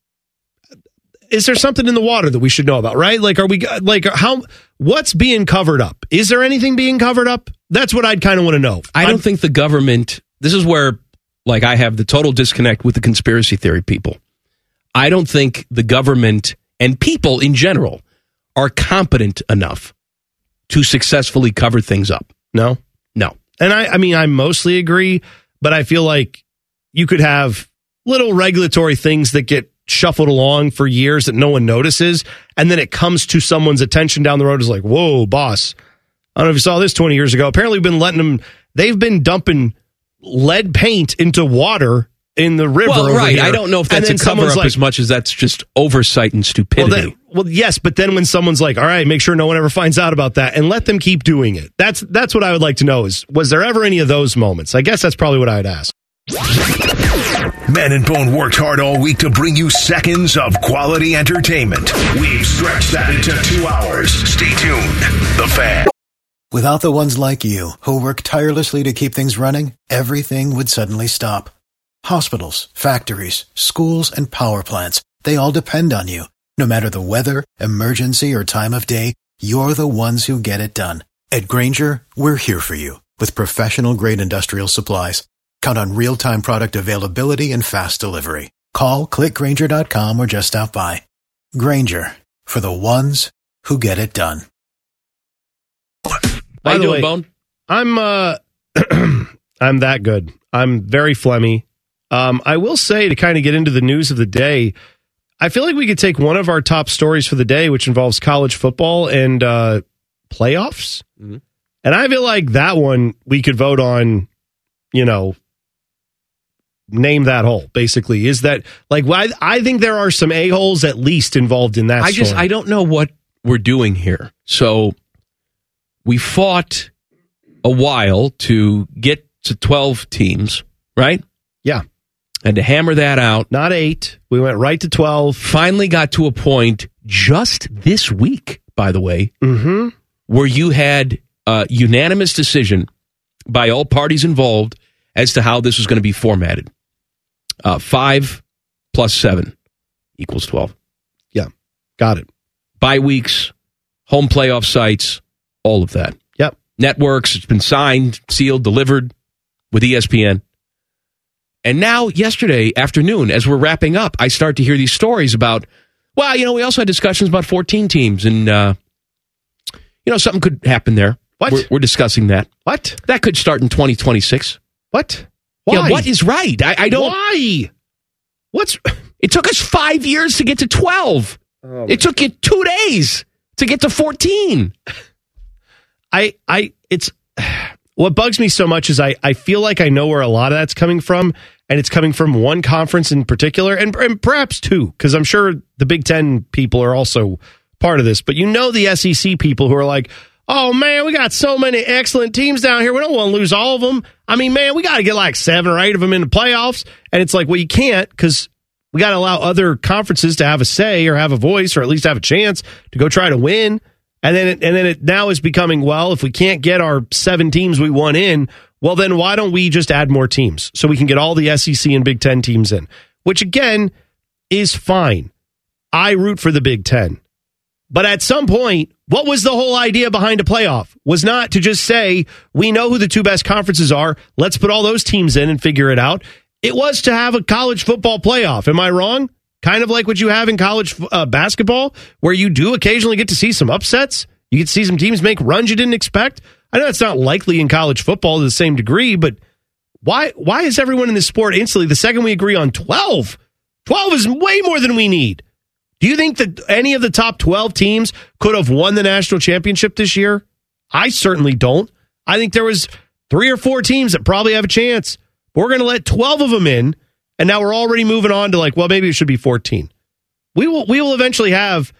Speaker 3: is there something in the water that we should know about, right? Like are we like how what's being covered up? Is there anything being covered up? That's what I'd kind of want to know.
Speaker 2: I don't think the government. This is where, like, I have the total disconnect with the conspiracy theory people. I don't think the government and people in general are competent enough to successfully cover things up.
Speaker 3: No,
Speaker 2: no.
Speaker 3: And I, I mean, I mostly agree, but I feel like you could have little regulatory things that get shuffled along for years that no one notices, and then it comes to someone's attention down the road. Is like, whoa, boss! I don't know if you saw this twenty years ago. Apparently, we've been letting them. They've been dumping lead paint into water in the river.
Speaker 2: Well,
Speaker 3: over
Speaker 2: right.
Speaker 3: here.
Speaker 2: I don't know if
Speaker 3: And
Speaker 2: that's a
Speaker 3: then
Speaker 2: cover
Speaker 3: someone's
Speaker 2: up
Speaker 3: like,
Speaker 2: as much as that's just oversight and
Speaker 3: Well,
Speaker 2: stupidity.
Speaker 3: then, well, yes, but then when someone's like, "All right, make sure no one ever finds out about that," and let them keep doing it. That's that's what I would like to know. Is was there ever any of those moments? I guess that's probably what I'd ask.
Speaker 1: Man and Bone worked hard all week to bring you seconds of quality entertainment. We've stretched that into two hours. Stay tuned. The Fan.
Speaker 11: Without the ones like you, who work tirelessly to keep things running, everything would suddenly stop. Hospitals, factories, schools, and power plants, they all depend on you. No matter the weather, emergency, or time of day, you're the ones who get it done. At Granger, we're here for you with professional grade industrial supplies. Count on real time product availability and fast delivery. Call clickgranger.com or just stop by. Granger for the ones who get it done.
Speaker 2: How
Speaker 3: By
Speaker 2: you
Speaker 3: the
Speaker 2: doing,
Speaker 3: way,
Speaker 2: Bone?
Speaker 3: I'm uh I'm that good. I'm very phlegmy. Um, I will say to kind of get into the news of the day, I feel like we could take one of our top stories for the day, which involves college football and uh, playoffs.
Speaker 2: Mm-hmm.
Speaker 3: And I feel like that one we could vote on, you know, name that hole, basically. Is that like, why? I think there are some a-holes at least involved in that
Speaker 2: I just
Speaker 3: story.
Speaker 2: I don't know what we're doing here. So we fought a while to get to 12 teams, right?
Speaker 3: Yeah.
Speaker 2: And to hammer that out.
Speaker 3: Not 8. We went right to 12.
Speaker 2: Finally got to a point just this week, by the way,
Speaker 3: mm-hmm.
Speaker 2: where you had a unanimous decision by all parties involved as to how this was going to be formatted. Uh, 5 plus 7 equals 12.
Speaker 3: Yeah. Got it.
Speaker 2: Bye weeks, home playoff sites, all of that.
Speaker 3: Yep.
Speaker 2: Networks, it's been signed, sealed, delivered with E ESPN. And now, yesterday afternoon, as we're wrapping up, I start to hear these stories about, well, you know, we also had discussions about 14 teams and, uh, you know, something could happen there. What? We're, we're discussing that.
Speaker 3: What?
Speaker 2: That could start in 2026.
Speaker 3: What?
Speaker 2: Yeah,
Speaker 3: Why?
Speaker 2: what is right? I, I don't.
Speaker 3: Why? What's.
Speaker 2: It took us five years to get to 12. it took you two days to get to 14.
Speaker 3: I I it's what bugs me so much is I I feel like I know where a lot of that's coming from and it's coming from one conference in particular and, and perhaps two cuz I'm sure the Big 10 people are also part of this but you know the SEC people who are like Oh man, we got so many excellent teams down here. We don't want to lose all of them. I mean, man, we got to get like seven or eight of them in the playoffs. And it's like, well, you can't because we got to allow other conferences to have a say or have a voice or at least have a chance to go try to win. And then, it, and then it now is becoming well. If we can't get our seven teams we want in, well, then why don't we just add more teams so we can get all the SEC and Big Ten teams in? Which again is fine. I root for the Big Ten, but at some point, what was the whole idea behind a playoff? Was not to just say we know who the two best conferences are. Let's put all those teams in and figure it out. It was to have a college football playoff. Am I wrong? Kind of like what you have in college uh, basketball, where you do occasionally get to see some upsets. You get to see some teams make runs you didn't expect. I know it's not likely in college football to the same degree, but why why is everyone in this sport instantly the second we agree on 12 12 is way more than we need do you think that any of the top 12 teams could have won the national championship this year i certainly don't i think there was three or four teams that probably have a chance we're going to let 12 of them in and now we're already moving on to like well maybe it should be 14 we will we will eventually have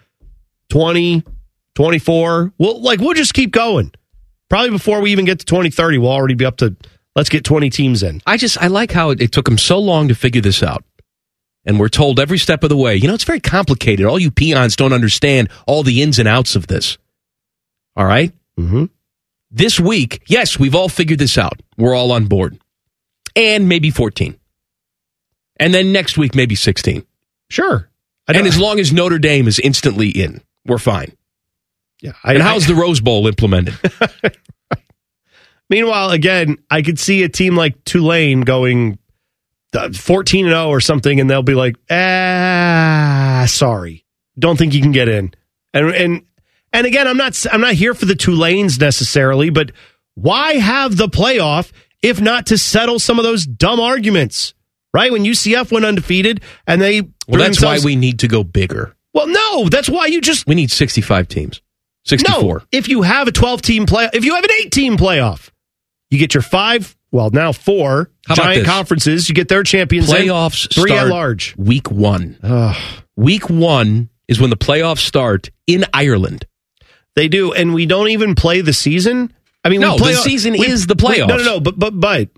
Speaker 3: 20 24 we'll like we'll just keep going probably before we even get to 2030 we'll already be up to let's get 20 teams in
Speaker 2: I just I like how it, it took them so long to figure this out. And we're told every step of the way, you know, it's very complicated. All you peons don't understand all the ins and outs of this. All right?
Speaker 3: Mm-hmm.
Speaker 2: This week, yes, we've all figured this out. We're all on board. And maybe 14. And then next week, maybe 16.
Speaker 3: Sure.
Speaker 2: And as long as Notre Dame is instantly in, we're fine.
Speaker 3: Yeah. I,
Speaker 2: and how's the Rose Bowl implemented?
Speaker 3: Meanwhile, again, I could see a team like Tulane going uh, 14 and 0 or something, and they'll be like, ah, sorry. Don't think you can get in. And, and, and again, I'm not, I'm not here for the Tulanes necessarily, but why have the playoff if not to settle some of those dumb arguments, right? When UCF went undefeated and they,
Speaker 2: Well, that's why we need to go bigger.
Speaker 3: well, no, that's why you just
Speaker 2: We need 65 teams, 64.
Speaker 3: no, if you have a 12 team playoff, if you have an 8 team playoff, You get your five, well, now four
Speaker 2: How about
Speaker 3: giant
Speaker 2: this?
Speaker 3: conferences. You get their champions. in.
Speaker 2: playoffs
Speaker 3: three
Speaker 2: start
Speaker 3: at large.
Speaker 2: week one. Week one is when the playoffs start in Ireland.
Speaker 3: They do, and we don't even play the season. I mean,
Speaker 2: No,
Speaker 3: we play
Speaker 2: the season
Speaker 3: we-
Speaker 2: is the
Speaker 3: we- No, no,
Speaker 2: playoffs.
Speaker 3: no. But but but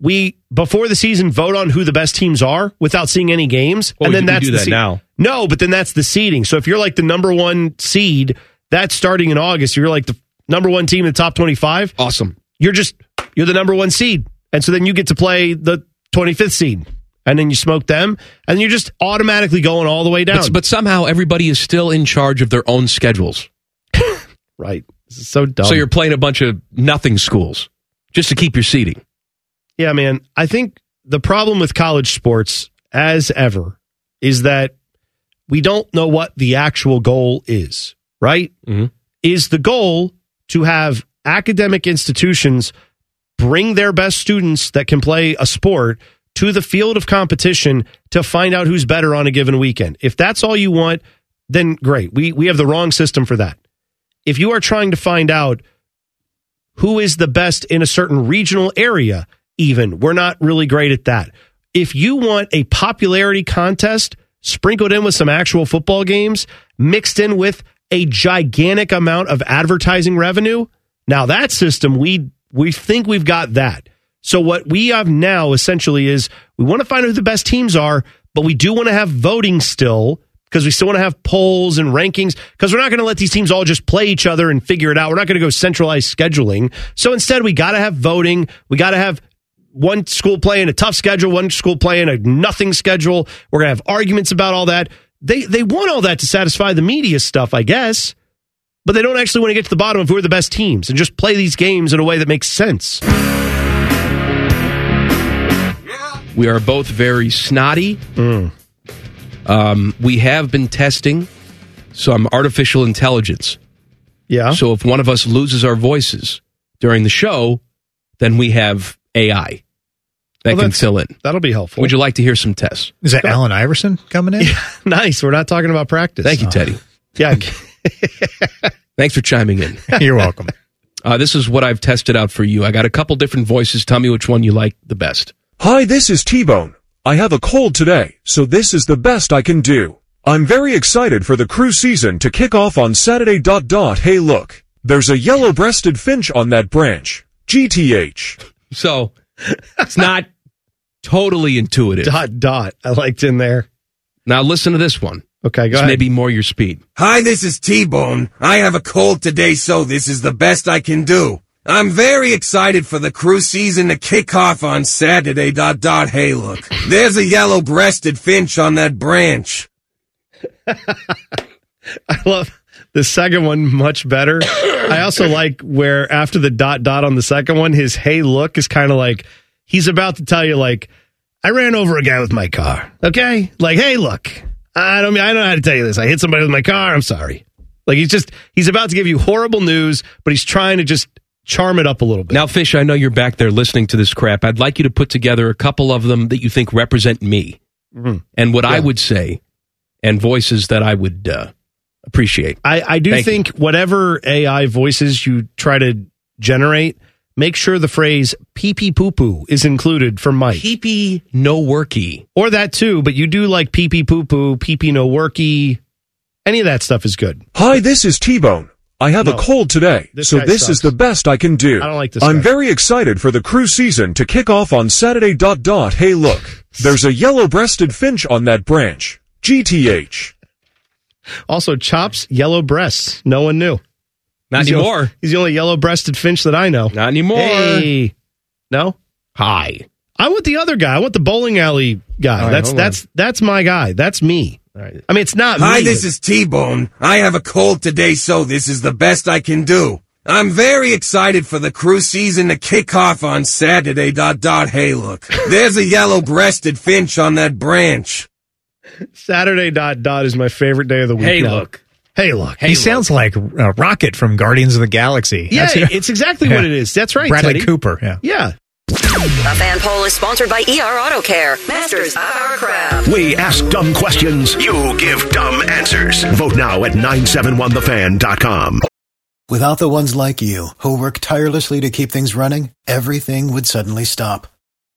Speaker 3: we before the season vote on who the best teams are without seeing any games,
Speaker 2: Oh,
Speaker 10: Well,
Speaker 3: and
Speaker 10: we
Speaker 3: then
Speaker 10: do- we
Speaker 3: that's
Speaker 10: do
Speaker 3: the
Speaker 10: that
Speaker 3: seed.
Speaker 10: now.
Speaker 3: No, but then that's the seeding. So if you're like the number one seed, that's starting in August. You're like the number one team in the top twenty five.
Speaker 2: Awesome.
Speaker 3: You're just you're the number one seed, and so then you get to play the twenty fifth seed, and then you smoke them, and you're just automatically going all the way down.
Speaker 2: But, but somehow everybody is still in charge of their own schedules.
Speaker 3: right. This is so dumb.
Speaker 2: So you're playing a bunch of nothing schools just to keep your seating.
Speaker 3: Yeah, man. I think the problem with college sports, as ever, is that we don't know what the actual goal is, right? Is the goal to have academic institutions bring their best students that can play a sport to the field of competition to find out who's better on a given weekend? If that's all you want, then great. We, we have the wrong system for that. If you are trying to find out who is the best in a certain regional area, even. We're not really great at that. If you want a popularity contest sprinkled in with some actual football games, mixed in with a gigantic amount of advertising revenue, now that system, we we think we've got that. So what we have now essentially is we want to find out who the best teams are, but we do want to have voting still because we still want to have polls and rankings because we're not going to let these teams all just play each other and figure it out. We're not going to go centralized scheduling. So instead, we got to have voting. We got to have one school playing a tough schedule, one school playing a nothing schedule. We're going to have arguments about all that. They they want all that to satisfy the media stuff, I guess, but they don't actually want to get to the bottom of who are the best teams and just play these games in a way that makes sense.
Speaker 2: We are both very snotty.
Speaker 3: Mm.
Speaker 2: Um, we have been testing some artificial intelligence.
Speaker 3: Yeah.
Speaker 2: So if one of us loses our voices during the show, then we have AI that can fill in.
Speaker 3: That'll be helpful.
Speaker 2: Would you like to hear some tests?
Speaker 12: Is that Alan Iverson coming in?
Speaker 3: nice. We're not talking about practice.
Speaker 2: Thank you, Teddy.
Speaker 3: Yeah.
Speaker 2: Thanks for chiming in.
Speaker 12: You're welcome.
Speaker 2: Uh, this is what I've tested out for you. I got a couple different voices. Tell me which one you like the best.
Speaker 13: Hi, this is T-Bone. I have a cold today, so this is the best I can do. I'm very excited for the crew season to kick off on Saturday. Dot dot. Hey, look, there's a yellow-breasted finch on that branch. GTH.
Speaker 2: So it's not totally intuitive.
Speaker 3: Dot dot. I liked in there.
Speaker 2: Now listen to this one.
Speaker 3: Okay, go
Speaker 2: This
Speaker 14: ahead.
Speaker 2: may be more your speed.
Speaker 14: Hi, this is T-Bone. I have a cold today, so this is the best I can do. I'm very excited for the cruise season to kick off on Saturday. Dot dot. Hey, look, there's a yellow-breasted finch on that branch.
Speaker 3: I love the second one much better. I also like where after the dot dot on the second one, his hey look is kind of like he's about to tell you like I ran over a guy with my car. Okay, like hey look, I don't I don't know how to tell you this. I hit somebody with my car. I'm sorry. Like he's just he's about to give you horrible news, but he's trying to just charm it up a little bit.
Speaker 2: Now, Fish, I know you're back there listening to this crap. I'd like you to put together a couple of them that you think represent me
Speaker 3: Mm-hmm.
Speaker 2: and what I would say and voices that I would uh, appreciate.
Speaker 3: I, I do
Speaker 2: Thank you.
Speaker 3: think whatever AI voices you try to generate, make sure the phrase pee pee poo poo is included for Mike. Pee
Speaker 2: pee no worky.
Speaker 3: Or that too, but you do like pee pee poo poo, pee pee no worky. Any of that stuff is good.
Speaker 13: Hi, this is T-Bone. I have a cold today,
Speaker 3: This
Speaker 13: so
Speaker 3: guy
Speaker 13: this
Speaker 3: sucks.
Speaker 13: is the best I can do.
Speaker 3: I don't like this
Speaker 13: I'm
Speaker 3: guy.
Speaker 13: very excited for the cruise season to kick off on Saturday. Dot dot. Hey, look, there's a yellow-breasted finch on that branch. GTH.
Speaker 3: Also, chops yellow breasts. No one knew.
Speaker 2: Not
Speaker 3: He's the
Speaker 2: anymore.
Speaker 3: only- he's the only yellow breasted finch that I know.
Speaker 2: Not anymore.
Speaker 3: Hey. No?
Speaker 2: Hi.
Speaker 3: I want the other guy. I want the bowling alley guy.
Speaker 14: All right,
Speaker 3: that's
Speaker 14: hold
Speaker 3: that's that's my guy. That's me. I mean, it's not
Speaker 14: Hi,
Speaker 3: me,
Speaker 14: this
Speaker 3: but-
Speaker 14: is T-Bone. I have a cold today, so this is the best I can do. I'm very excited for the cruise season to kick off on Saturday. Dot dot. Hey, look, there's a yellow-breasted finch on that branch.
Speaker 3: Saturday dot dot is my favorite day of the week.
Speaker 12: Hey,
Speaker 3: now.
Speaker 12: look.
Speaker 3: Hey, look.
Speaker 12: he sounds like uh, Rocket from Guardians of the Galaxy.
Speaker 3: Yeah,
Speaker 12: That's-
Speaker 3: it's exactly what it is. That's right,
Speaker 12: Bradley
Speaker 3: Teddy.
Speaker 12: Cooper. Yeah.
Speaker 3: Yeah.
Speaker 15: The fan poll is sponsored by ER Auto Care, masters of our craft.
Speaker 1: We ask dumb questions. You give dumb answers. Vote now at 971thefan.com.
Speaker 11: Without the ones like you, who work tirelessly to keep things running, everything would suddenly stop.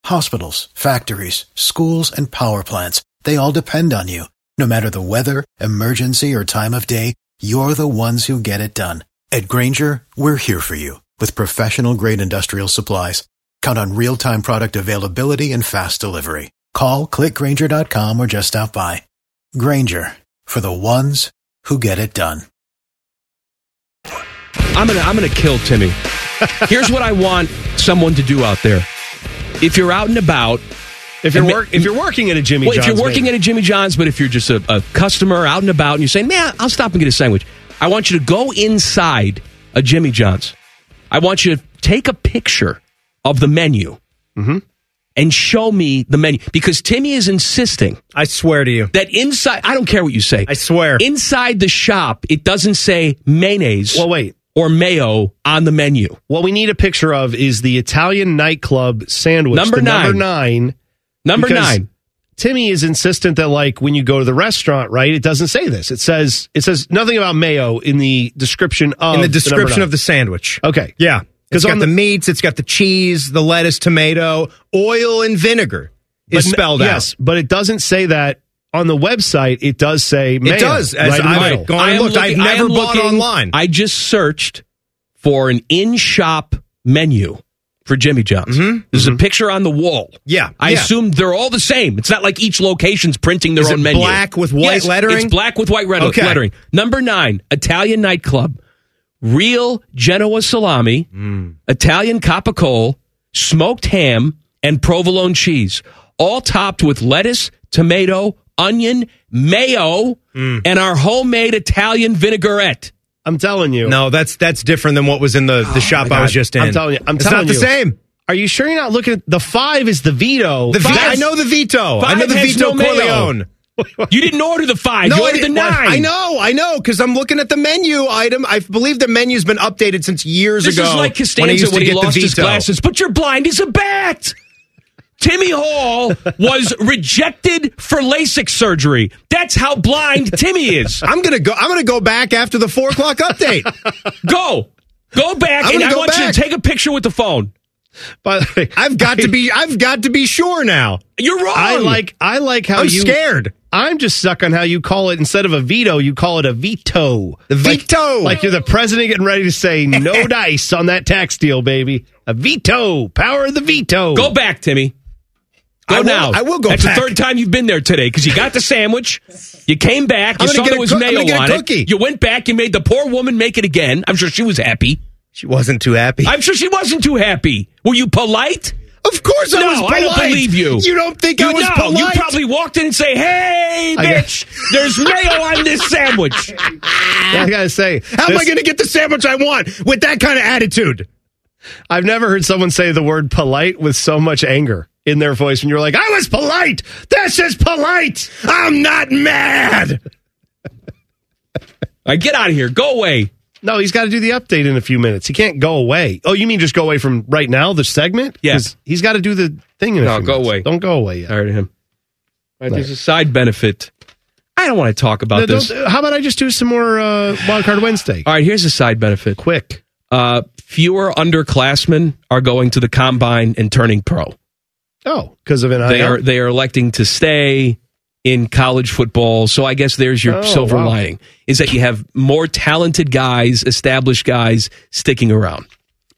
Speaker 11: Hospitals, factories, schools, and power plants, they all depend on you. No matter the weather, emergency, or time of day, you're the ones who get it done. At Granger, we're here for you with professional grade industrial supplies. Count on real time product availability and fast delivery. Call clickgranger.com or just stop by. Granger for the ones who get it done.
Speaker 2: I'm gonna I'm gonna kill Timmy. Here's what I want someone to do out there. If you're out and about,
Speaker 3: If you're
Speaker 2: and ma-
Speaker 3: work, if you're working at a Jimmy
Speaker 2: well,
Speaker 3: John's,
Speaker 2: if you're working
Speaker 3: maybe.
Speaker 2: at a Jimmy John's, but if you're just a, a customer out and about and you're saying, man, I'll stop and get a sandwich, I want you to go inside a Jimmy John's. I want you to take a picture of the menu and show me the menu because Timmy is insisting.
Speaker 4: I swear to you.
Speaker 2: That inside, I don't care what you say. I
Speaker 4: swear.
Speaker 2: Inside the shop, it doesn't say mayonnaise well,
Speaker 3: wait.
Speaker 2: or mayo on the menu.
Speaker 3: What we need a picture of is the Italian nightclub sandwich.
Speaker 2: Number
Speaker 3: the Number
Speaker 2: nine.
Speaker 3: nine.
Speaker 2: Number
Speaker 3: because
Speaker 2: nine.
Speaker 3: Timmy is insistent that like when you go to the restaurant, right? It doesn't say this. It says it says nothing about mayo in Oh, the description of
Speaker 4: in the
Speaker 3: number
Speaker 4: description
Speaker 3: nine.
Speaker 4: of the sandwich.
Speaker 3: Okay.
Speaker 4: Yeah. It's
Speaker 3: Because
Speaker 4: got
Speaker 3: on
Speaker 4: the,
Speaker 3: the-
Speaker 4: meats, it's got the cheese, the lettuce, tomato, oil, and vinegar is
Speaker 3: But n-
Speaker 4: spelled
Speaker 3: Yes, but it doesn't say that on the website. It does say mayo.
Speaker 4: out. It does. As
Speaker 3: right in the
Speaker 4: I've
Speaker 3: middle.
Speaker 4: gone
Speaker 2: I
Speaker 4: and
Speaker 2: am
Speaker 4: looked, I've
Speaker 2: looking- I
Speaker 4: never
Speaker 2: am
Speaker 4: booked
Speaker 2: looking-
Speaker 4: online.
Speaker 2: I just searched for an in-shop menu for Jimmy John's. There's a picture on the wall.
Speaker 4: Mm-hmm. Yeah,
Speaker 2: I
Speaker 4: yeah.
Speaker 2: assume they're all the same. It's not like each location's printing their
Speaker 4: Is
Speaker 2: own
Speaker 4: it
Speaker 2: menu.
Speaker 4: black with white
Speaker 2: Yes, It's
Speaker 4: lettering?
Speaker 2: black with white red-
Speaker 4: Okay.
Speaker 2: lettering. Number nine, Italian nightclub, real Genoa salami, Italian capicole, smoked ham, and provolone cheese, all topped with lettuce, tomato, onion, mayo, and our homemade Italian vinaigrette.
Speaker 3: I'm telling you.
Speaker 4: No, that's that's different than what was in the, the shop
Speaker 3: Oh God.
Speaker 4: I was just in.
Speaker 3: I'm telling you. I'm
Speaker 4: it's
Speaker 3: telling
Speaker 4: not
Speaker 3: you.
Speaker 4: the same.
Speaker 3: Are you sure you're not looking at the five? Is the veto?
Speaker 4: The vi-
Speaker 3: Five-
Speaker 4: I know the veto. I
Speaker 3: Five
Speaker 4: know the
Speaker 3: has
Speaker 4: veto
Speaker 3: no mayo.
Speaker 4: Corleone.
Speaker 2: You didn't order the five. you
Speaker 4: I
Speaker 2: ordered the
Speaker 4: didn't-
Speaker 2: nine.
Speaker 4: I know, I know, because I'm looking at the menu item. I believe the menu's been updated since years
Speaker 2: This
Speaker 4: ago.
Speaker 2: is like
Speaker 4: when I
Speaker 2: Costanza when
Speaker 4: used to
Speaker 2: he,
Speaker 4: get the
Speaker 2: lost his
Speaker 4: veto.
Speaker 2: glasses, but you're blind as a bat. Timmy Hall was rejected for LASIK surgery. That's how blind Timmy is.
Speaker 4: I'm gonna go. I'm gonna go back after the four o'clock update.
Speaker 2: Go, go back,
Speaker 4: I'm
Speaker 2: and
Speaker 4: gonna
Speaker 2: I
Speaker 4: go
Speaker 2: want you
Speaker 4: back.
Speaker 2: to take a picture with the phone.
Speaker 3: By the way,
Speaker 4: I've got to be. I've got to be sure now.
Speaker 2: You're wrong.
Speaker 3: I like. I like how
Speaker 4: I'm
Speaker 3: you
Speaker 4: scared.
Speaker 3: I'm just stuck on how you call it instead of a veto, you call it a veto.
Speaker 4: The
Speaker 3: Like-
Speaker 4: veto.
Speaker 3: Like, you're the president getting ready to say no dice on that tax deal, baby. A veto. Power of the veto.
Speaker 2: Go back, Timmy. Go
Speaker 4: I will-
Speaker 2: now.
Speaker 4: I will go
Speaker 2: That's
Speaker 4: back.
Speaker 2: the third time you've been there today because you got the sandwich, you came back, you
Speaker 4: I'm gonna
Speaker 2: saw
Speaker 4: get
Speaker 2: there
Speaker 4: a
Speaker 2: was
Speaker 4: cook- I'm
Speaker 2: mayo
Speaker 4: gonna get a
Speaker 2: on
Speaker 4: cookie.
Speaker 2: it. You went back, you made the poor woman make it again. I'm sure she was happy.
Speaker 4: She wasn't too happy.
Speaker 2: I'm sure she wasn't too happy. Were you polite?
Speaker 4: of course, I
Speaker 2: no,
Speaker 4: was polite.
Speaker 2: I don't believe you.
Speaker 4: You don't think I
Speaker 2: You
Speaker 4: was
Speaker 2: know,
Speaker 4: polite?
Speaker 2: You probably walked in and say, "Hey,
Speaker 3: I got-
Speaker 2: bitch, there's mayo on this sandwich."
Speaker 3: I gotta say,
Speaker 4: How am I
Speaker 3: this-
Speaker 4: going to get the sandwich I want with that kind of attitude?
Speaker 3: I've never heard someone say the word polite with so much anger in their voice when you're like, I was polite. This is polite.
Speaker 4: I'm not mad.
Speaker 2: All right, get out of here. Go away.
Speaker 3: No, he's got to do the update in a few minutes. He can't go away. Oh, you mean just go away from right now, the segment?
Speaker 2: Yeah.
Speaker 3: 'Cause He's got to do the thing in a
Speaker 2: No,
Speaker 3: few
Speaker 2: go
Speaker 3: minutes.
Speaker 2: away.
Speaker 3: Don't go away yet.
Speaker 2: Tired of him. All right, there's a side benefit. I don't want to talk about
Speaker 3: No,
Speaker 2: this.
Speaker 3: don't- how about I just do some more uh, Wild Card Wednesday?
Speaker 2: All right, here's a side benefit.
Speaker 3: Quick.
Speaker 2: Uh, fewer underclassmen are going to the combine and turning pro.
Speaker 3: Oh, because of an
Speaker 2: They are they are electing to stay in college football. So I guess there's your
Speaker 3: Oh,
Speaker 2: silver
Speaker 3: wow.
Speaker 2: lining is that you have more talented guys, established guys sticking around.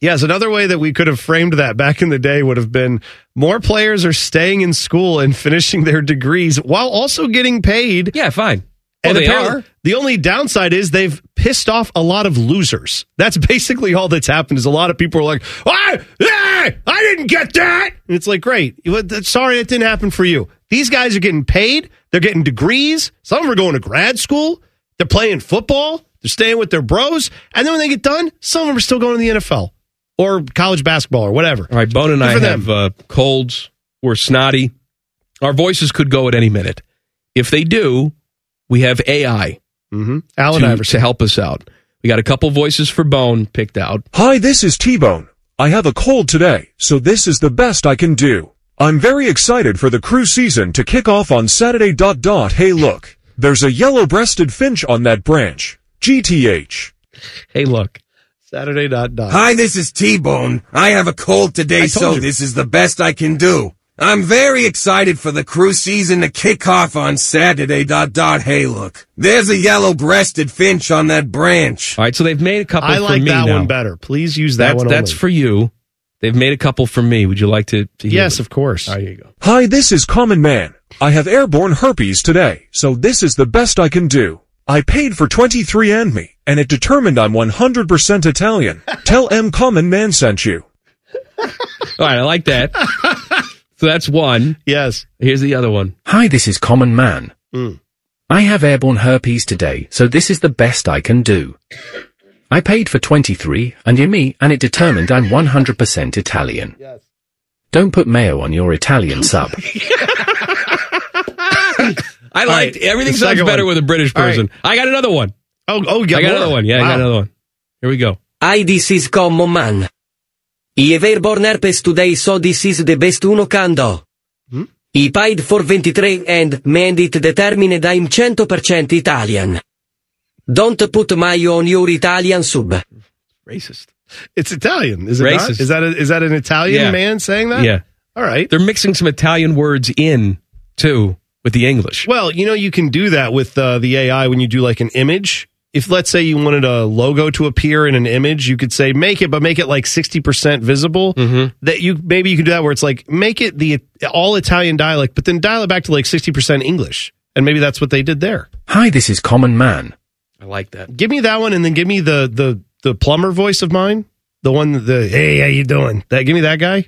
Speaker 3: Yes, another way that we could have framed that back in the day would have been more players are staying in school and finishing their degrees while also getting paid.
Speaker 2: Yeah, fine. Well,
Speaker 3: and
Speaker 2: they
Speaker 3: apparently-
Speaker 2: are.
Speaker 3: The only downside is they've pissed off a lot of losers. That's basically all that's happened. Is a lot of people are like, "I, ah, I didn't get that," and it's like, "Great, You- what- sorry, it didn't happen for you." These guys are getting paid. They're getting degrees. Some of them are going to grad school. They're playing football. They're staying with their bros. And then when they get done, some of them are still going to the NFL or college basketball or whatever.
Speaker 2: All right, Bone and
Speaker 3: Good
Speaker 2: I
Speaker 3: for them.
Speaker 2: have uh, colds. We're snotty. Our voices could go at any minute. If they do, we have AI
Speaker 3: Mm-hmm. Allen
Speaker 2: to,
Speaker 3: Iverson.
Speaker 2: to help us out. We got a couple voices for Bone picked out.
Speaker 13: Hi, this is T-Bone. I have a cold today, so this is the best I can do. I'm very excited for the crew season to kick off on Saturday. Dot dot. Hey, look, there's a yellow-breasted finch on that branch. GTH.
Speaker 2: Hey, look,
Speaker 3: Saturday dot
Speaker 2: Uh,
Speaker 3: dot.
Speaker 14: Hi, this is T Bone. I have a cold today, so this is the best I can do. I'm very excited for the cruise season to kick off on Saturday. Dot dot. Hey, look, there's a yellow-breasted finch on that branch.
Speaker 2: All right, so they've made a couple.
Speaker 3: I
Speaker 2: for
Speaker 3: like
Speaker 2: me
Speaker 3: that
Speaker 2: now.
Speaker 3: one better. Please use that
Speaker 2: that's,
Speaker 3: one.
Speaker 2: That's
Speaker 3: only.
Speaker 2: for you. They've made a couple for me. Would you like to? to hear
Speaker 3: Yes, of course.
Speaker 2: All right, here you go.
Speaker 13: Hi, this is Common Man. I have airborne herpes today, so this is the best I can do. I paid for 23andMe, and it determined I'm 100% Italian. Tell M Common Man sent you.
Speaker 2: All right, I like that. so that's one.
Speaker 3: Yes.
Speaker 2: Here's the other one.
Speaker 16: Hi, this is Common Man. I have airborne herpes today, so this is the best I can do. I paid for 23 and you me, and it determined I'm 100% Italian. Don't put mayo on your Italian sub.
Speaker 2: I liked everything
Speaker 16: the
Speaker 2: sounds
Speaker 16: second
Speaker 2: better
Speaker 16: one.
Speaker 2: with a British
Speaker 16: All right.
Speaker 2: person. I got another one.
Speaker 3: Oh, oh,
Speaker 2: I got another one. Yeah, I got another one. Here we go.
Speaker 17: I this is common man. I have airborne herpes today, so this is the best uno can do.
Speaker 3: Hmm?
Speaker 17: I paid for 23 and made it determined I'm 100% Italian. Don't put mayo on your Italian sub.
Speaker 3: Racist. It's Italian, is it not?
Speaker 2: Racist.
Speaker 3: Is that a, is that an Italian
Speaker 2: Yeah.
Speaker 3: man saying that?
Speaker 2: Yeah.
Speaker 3: All right.
Speaker 2: They're mixing some Italian words in too with the English.
Speaker 3: Well, you know, you can do that with uh, the AI when you do like an image. If let's say you wanted a logo to appear in an image, you could say make it, but make it like sixty percent visible.
Speaker 2: Mm-hmm.
Speaker 3: That you maybe you can do that where it's like make it the all Italian dialect, but then dial it back to like sixty percent English, and maybe that's what they did there.
Speaker 16: Hi, this is Common Man.
Speaker 2: I like that.
Speaker 3: Give me that one, and then give me the the the plumber voice of mine, the one that the hey how you doing? That give me that guy.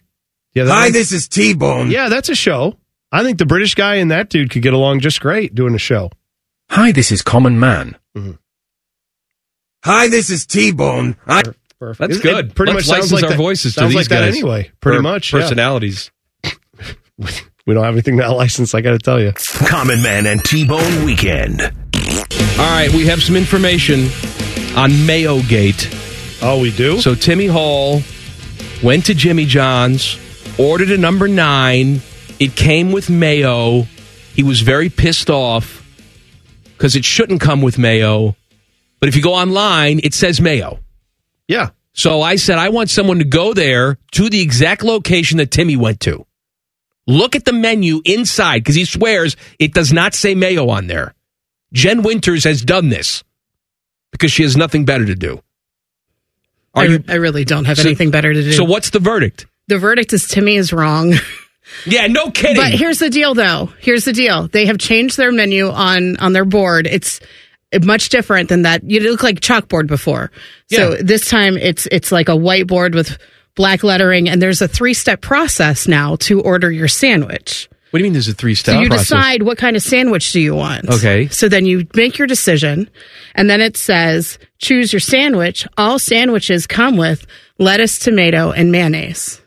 Speaker 3: Yeah. that
Speaker 14: Hi,
Speaker 3: one?
Speaker 14: this is T Bone.
Speaker 3: Yeah, that's a show. I think the British guy and that dude could get along just great doing a show.
Speaker 16: Hi, this is Common Man.
Speaker 3: Mm-hmm.
Speaker 14: Hi, this is T Bone. I-
Speaker 2: That's
Speaker 3: It- it
Speaker 2: good.
Speaker 3: pretty
Speaker 2: Let's
Speaker 3: much
Speaker 2: license
Speaker 3: sounds like
Speaker 2: our
Speaker 3: that-
Speaker 2: voices to
Speaker 3: sounds
Speaker 2: these
Speaker 3: like that
Speaker 2: guys.
Speaker 3: anyway, pretty
Speaker 2: Per-
Speaker 3: much, yeah.
Speaker 2: personalities.
Speaker 3: We don't have anything that license. I got to tell you.
Speaker 1: Common Man and T Bone Weekend.
Speaker 2: All right, we have some information on Mayo Gate.
Speaker 3: Oh, we do?
Speaker 2: So Timmy Hall went to Jimmy John's, ordered a number nine. It came with mayo. He was very pissed off because it shouldn't come with mayo. But if you go online, it says mayo.
Speaker 3: Yeah.
Speaker 2: So I said, I want someone to go there to the exact location that Timmy went to. Look at the menu inside because he swears it does not say mayo on there. Jen Winters has done this because she has nothing better to do. Are
Speaker 6: I,
Speaker 2: you-
Speaker 6: I really don't have
Speaker 2: So-
Speaker 6: anything better to do.
Speaker 2: So what's the verdict?
Speaker 6: the verdict is Timmy is wrong.
Speaker 2: Yeah, no kidding.
Speaker 6: But here's the deal, though. Here's the deal. They have changed their menu on on their board. It's much different than that. You look like chalkboard before. So this time it's it's like a whiteboard with black lettering, and there's a three step process now to order your sandwich.
Speaker 2: What do you mean there's a three step
Speaker 6: So you decide what kind of sandwich do you want.
Speaker 2: Okay.
Speaker 6: So then you make your decision, and then it says choose your sandwich. All sandwiches come with lettuce, tomato, and mayonnaise.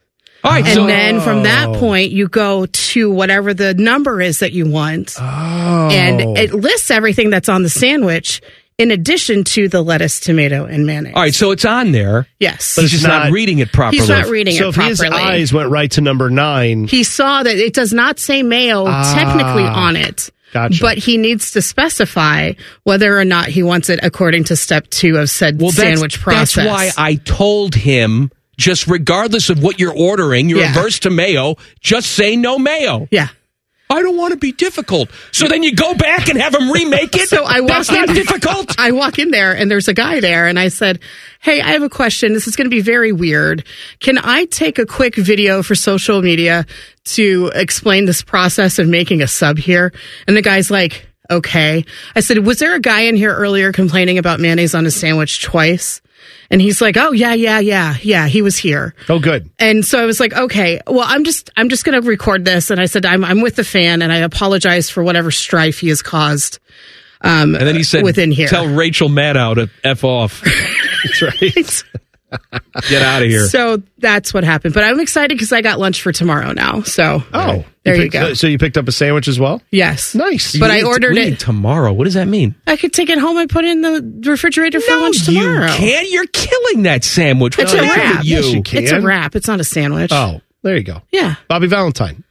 Speaker 2: All right,
Speaker 6: and
Speaker 2: so-
Speaker 6: then from that
Speaker 2: Oh.
Speaker 6: point you go to whatever the number is that you want,
Speaker 2: Oh.
Speaker 6: and it lists everything that's on the sandwich in addition to the lettuce, tomato, and mayonnaise.
Speaker 2: All right, so it's on there.
Speaker 6: Yes.
Speaker 2: But he's just not, reading it properly.
Speaker 6: He's not reading
Speaker 3: So
Speaker 6: it
Speaker 3: if
Speaker 6: properly.
Speaker 3: his eyes went right to number nine,
Speaker 6: He saw that it does not say mayo
Speaker 3: Ah,
Speaker 6: technically on it.
Speaker 3: gotcha.
Speaker 6: But he needs to specify whether or not he wants it according to step two of said sandwich
Speaker 2: that's,
Speaker 6: process.
Speaker 2: That's why I told him just regardless of what you're ordering, you're
Speaker 6: Yeah.
Speaker 2: averse to mayo, just say no mayo.
Speaker 6: Yeah.
Speaker 2: I don't want to be difficult. So then you go back and have him remake it?
Speaker 6: So I walk
Speaker 2: That's
Speaker 6: in,
Speaker 2: not difficult.
Speaker 6: I walk in there and there's a guy there, and I said, "Hey, I have a question. This is going to be very weird. Can I take a quick video for social media to explain this process of making a sub here?" And the guy's like, "Okay." I said, "Was there a guy in here earlier complaining about mayonnaise on his sandwich twice?" And he's like, "Oh yeah, yeah, yeah, yeah. He was here."
Speaker 3: oh, good.
Speaker 6: And so I was like, okay, well, I'm just, I'm just going to record this. And I said, I'm, I'm with the fan and I apologize for whatever strife he has caused. Um,
Speaker 2: And then he said,
Speaker 6: within here.
Speaker 2: tell Rachel Maddow to F off.
Speaker 3: that's right.
Speaker 2: Get out of here.
Speaker 6: So that's what happened. But I'm excited because I got lunch for tomorrow now. So,
Speaker 3: Oh,
Speaker 6: there you
Speaker 3: picked-
Speaker 6: go.
Speaker 3: So you picked up a sandwich as well.
Speaker 6: Yes.
Speaker 3: Nice.
Speaker 6: But I ordered it.
Speaker 2: tomorrow. What does that mean?
Speaker 6: I could take it home and put it in the refrigerator for lunch tomorrow.
Speaker 2: You can't. You're killing that sandwich. What's
Speaker 6: It's a
Speaker 2: wrong with
Speaker 6: wrap.
Speaker 2: You.
Speaker 6: It's a wrap. It's not a sandwich.
Speaker 3: Oh, there you go.
Speaker 6: Yeah.
Speaker 3: Bobby Valentine.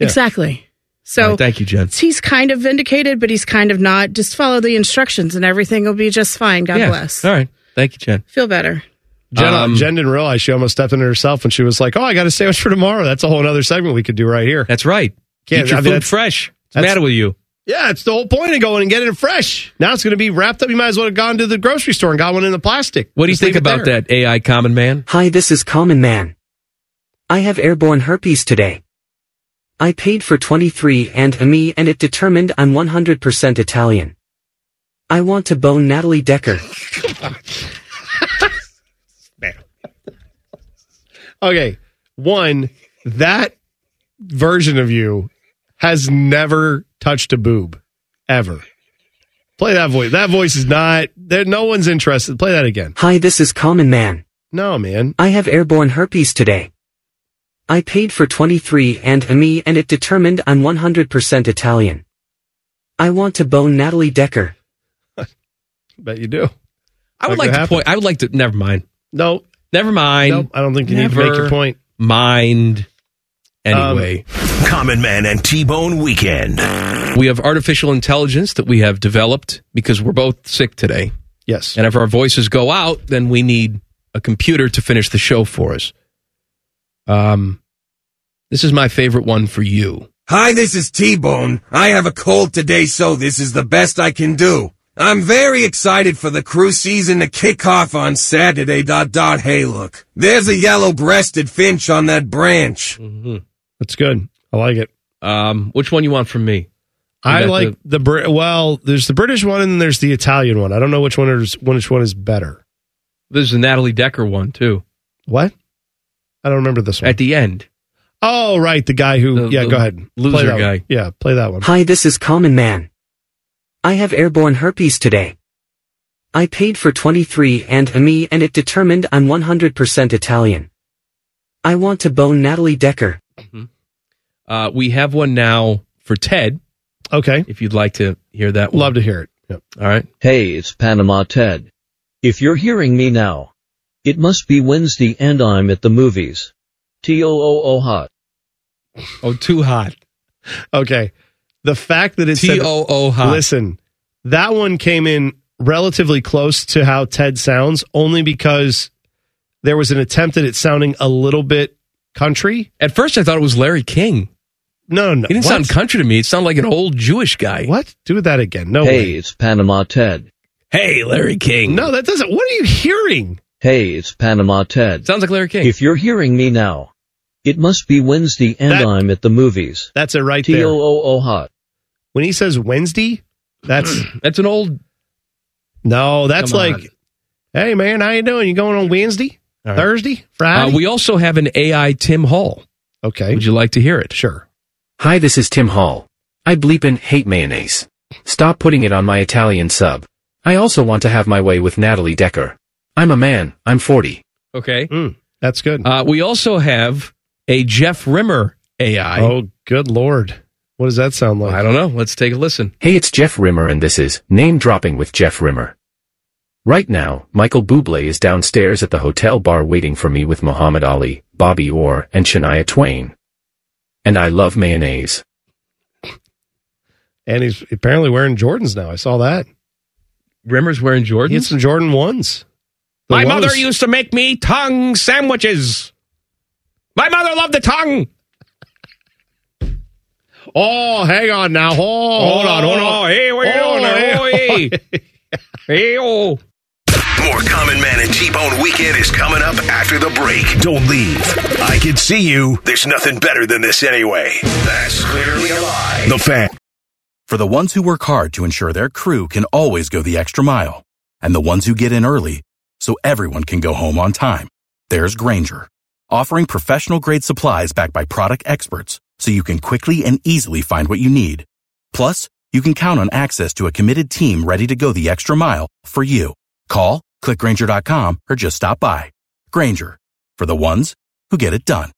Speaker 3: Yeah.
Speaker 6: Exactly. So
Speaker 2: All right, thank you, Jen.
Speaker 6: He's kind of vindicated, but he's kind of not. Just follow the instructions and everything will be just fine. God
Speaker 2: Yeah.
Speaker 6: bless.
Speaker 2: All right. Thank you, Jen.
Speaker 6: Feel better.
Speaker 3: Jen,
Speaker 2: Um,
Speaker 3: Jen didn't realize she almost stepped into herself when she was like, "Oh, I got a sandwich for tomorrow." That's a whole other segment we could do right here.
Speaker 2: That's right. Keep your food fresh. What's the matter with you?
Speaker 3: Yeah, it's the whole point of going and getting it fresh. Now it's going to be wrapped up. You might as well have gone to the grocery store and got one in the plastic.
Speaker 2: What do you think about that, AI Common Man?
Speaker 18: Hi, this is Common Man. I have airborne herpes today. I paid for 23 and me and it determined I'm 100% Italian. I want to bone Natalie Decker.
Speaker 3: Okay, one that version of you has never touched a boob ever. Play that voice. That voice is not there. No one's interested. Play that again.
Speaker 18: Hi, this is Common Man.
Speaker 3: No, man.
Speaker 18: I have airborne herpes today. I paid for 23 and me and it determined I'm 100% Italian. I want to bone Natalie Decker.
Speaker 3: Bet you do.
Speaker 2: I would like to point. I would like to. Never mind.
Speaker 3: No.
Speaker 2: Never mind.
Speaker 3: Nope, I don't think you need to
Speaker 2: never
Speaker 3: make your point. Um,
Speaker 2: Mind. Anyway,
Speaker 1: Common Man and T Bone Weekend.
Speaker 2: we have artificial intelligence that we have developed because we're both sick today.
Speaker 3: Yes.
Speaker 2: And if our voices go out, then we need a computer to finish the show for us. Um, this is my favorite one for you.
Speaker 14: Hi, this is T-Bone. I have a cold today, so this is the best I can do. I'm very excited for the cruise season to kick off on Saturday. Dot dot. Hey, look, there's a yellow-breasted finch on that branch.
Speaker 2: Hmm.
Speaker 3: That's good. I like it.
Speaker 2: Um, which one you want from me?
Speaker 3: I
Speaker 2: You got
Speaker 3: like the, Brit. Well, there's the British one and there's the Italian one. I don't know which one is which one is better.
Speaker 2: There's a Natalie Decker one too.
Speaker 3: What? I don't remember this one.
Speaker 2: At the end.
Speaker 3: Oh, right, the guy who. yeah,
Speaker 18: the
Speaker 3: go ahead.
Speaker 18: loser
Speaker 3: play that
Speaker 18: guy.
Speaker 3: One. Yeah, play that one.
Speaker 18: Hi, this is Common Man. I have airborne herpes today. I paid for 23 and me and it determined I'm 100% Italian. I want to bone Natalie Decker.
Speaker 2: Uh, we have one now for Ted.
Speaker 3: Okay.
Speaker 2: If you'd like to hear that one.
Speaker 3: Love to hear it.
Speaker 2: All right.
Speaker 19: Hey, it's Panama Ted. If you're hearing me now, it must be Wednesday and I'm at the movies. T-O-O-O hot.
Speaker 2: Oh, too hot.
Speaker 3: Okay. The fact that it's
Speaker 2: T-O-O hot.
Speaker 3: Listen, that one came in relatively close to how Ted sounds, only because there was an attempt at it sounding a little bit country.
Speaker 2: At first, I thought it was Larry King.
Speaker 3: No, no, no.
Speaker 2: He didn't
Speaker 3: What?
Speaker 2: sound country to me. It sounded like an old Jewish guy.
Speaker 3: What? Do that again. No.
Speaker 19: hey, it's Panama Ted.
Speaker 2: Hey, Larry King.
Speaker 3: No, that doesn't. What are you hearing?
Speaker 19: Hey, it's Panama Ted.
Speaker 2: Sounds like Larry King.
Speaker 19: If you're hearing me now, it must be Wednesday and I'm at the movies.
Speaker 3: That's it right there.
Speaker 19: T-O-O-O hot.
Speaker 3: When he says Wednesday, that's
Speaker 2: that's an old.
Speaker 3: No, that's
Speaker 2: Come on.
Speaker 3: like, hey man, how you doing? You going on Wednesday,
Speaker 2: All right.
Speaker 3: Thursday,
Speaker 2: Uh,
Speaker 3: Friday?
Speaker 2: we also have an AI Tim Hall.
Speaker 3: Okay.
Speaker 2: Would you like to hear it?
Speaker 3: Sure.
Speaker 20: Hi, this is Tim Hall. I bleep and hate mayonnaise. Stop putting it on my Italian sub. I also want to have my way with Natalie Decker. I'm a man. I'm 40.
Speaker 2: Okay.
Speaker 3: Hmm. that's good.
Speaker 2: Uh, we also have a Jeff Rimmer AI.
Speaker 3: oh, good lord, what does that sound like?
Speaker 2: I don't know. Let's take a listen.
Speaker 20: Hey, it's Jeff Rimmer and this is Name Dropping with Jeff Rimmer. Right now, Michael Bublé is downstairs at the hotel bar waiting for me with Muhammad Ali, Bobby Orr, and Shania Twain. And I love mayonnaise.
Speaker 3: And he's apparently wearing Jordans now. I saw that.
Speaker 2: Rimmer's wearing Jordans.
Speaker 3: He had some Jordan ones. The
Speaker 21: My
Speaker 3: ones-
Speaker 21: mother used to make me tongue sandwiches. My mother loved the tongue.
Speaker 3: Oh, hang on now. Oh, hold on, hold on.
Speaker 21: Hey, what are you
Speaker 3: Oh,
Speaker 21: doing there? Oh, hey. Hey, oh.
Speaker 1: More Common Man and T Bone Weekend is coming up after the break. Don't leave. I can see you. There's nothing better than this anyway. That's clearly a lie.
Speaker 9: The fan. For the ones who work hard to ensure their crew can always go the extra mile, and the ones who get in early so everyone can go home on time, there's Granger, offering professional grade supplies backed by product experts so you can quickly and easily find what you need. Plus, you can count on access to a committed team ready to go the extra mile for you. Call, click clickgranger.com, or just stop by. Granger, for the ones who get it done.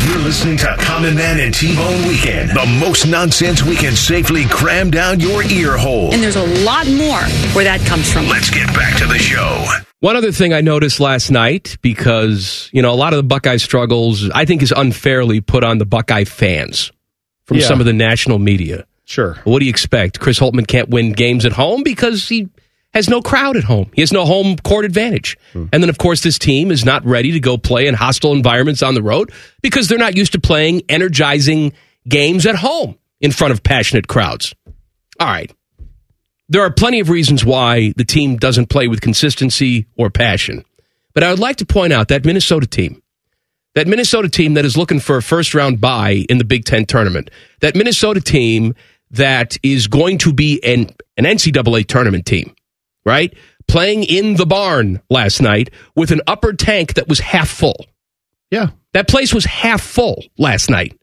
Speaker 1: You're listening to Common Man and T Bone Weekend, the most nonsense we can safely cram down your ear hole.
Speaker 22: And there's a lot more where that comes from.
Speaker 1: Let's get back to the show.
Speaker 2: One other thing I noticed last night, because you know a lot of the Buckeye struggles, I think, is unfairly put on the Buckeye fans from
Speaker 3: Yeah.
Speaker 2: some of the national media.
Speaker 3: Sure.
Speaker 2: What do you expect? Chris Holtman can't win games at home because he has no crowd at home. He has no home court advantage.
Speaker 3: Hmm.
Speaker 2: And then, of course, this team is not ready to go play in hostile environments on the road because they're not used to playing energizing games at home in front of passionate crowds. All right. There are plenty of reasons why the team doesn't play with consistency or passion. But I would like to point out that Minnesota team, that Minnesota team that is looking for a first round bye in the Big Ten tournament, that Minnesota team that is going to be an, an NCAA tournament team, right? Playing in the barn last night with an upper tank that was half full.
Speaker 3: Yeah.
Speaker 2: That place was half full last night.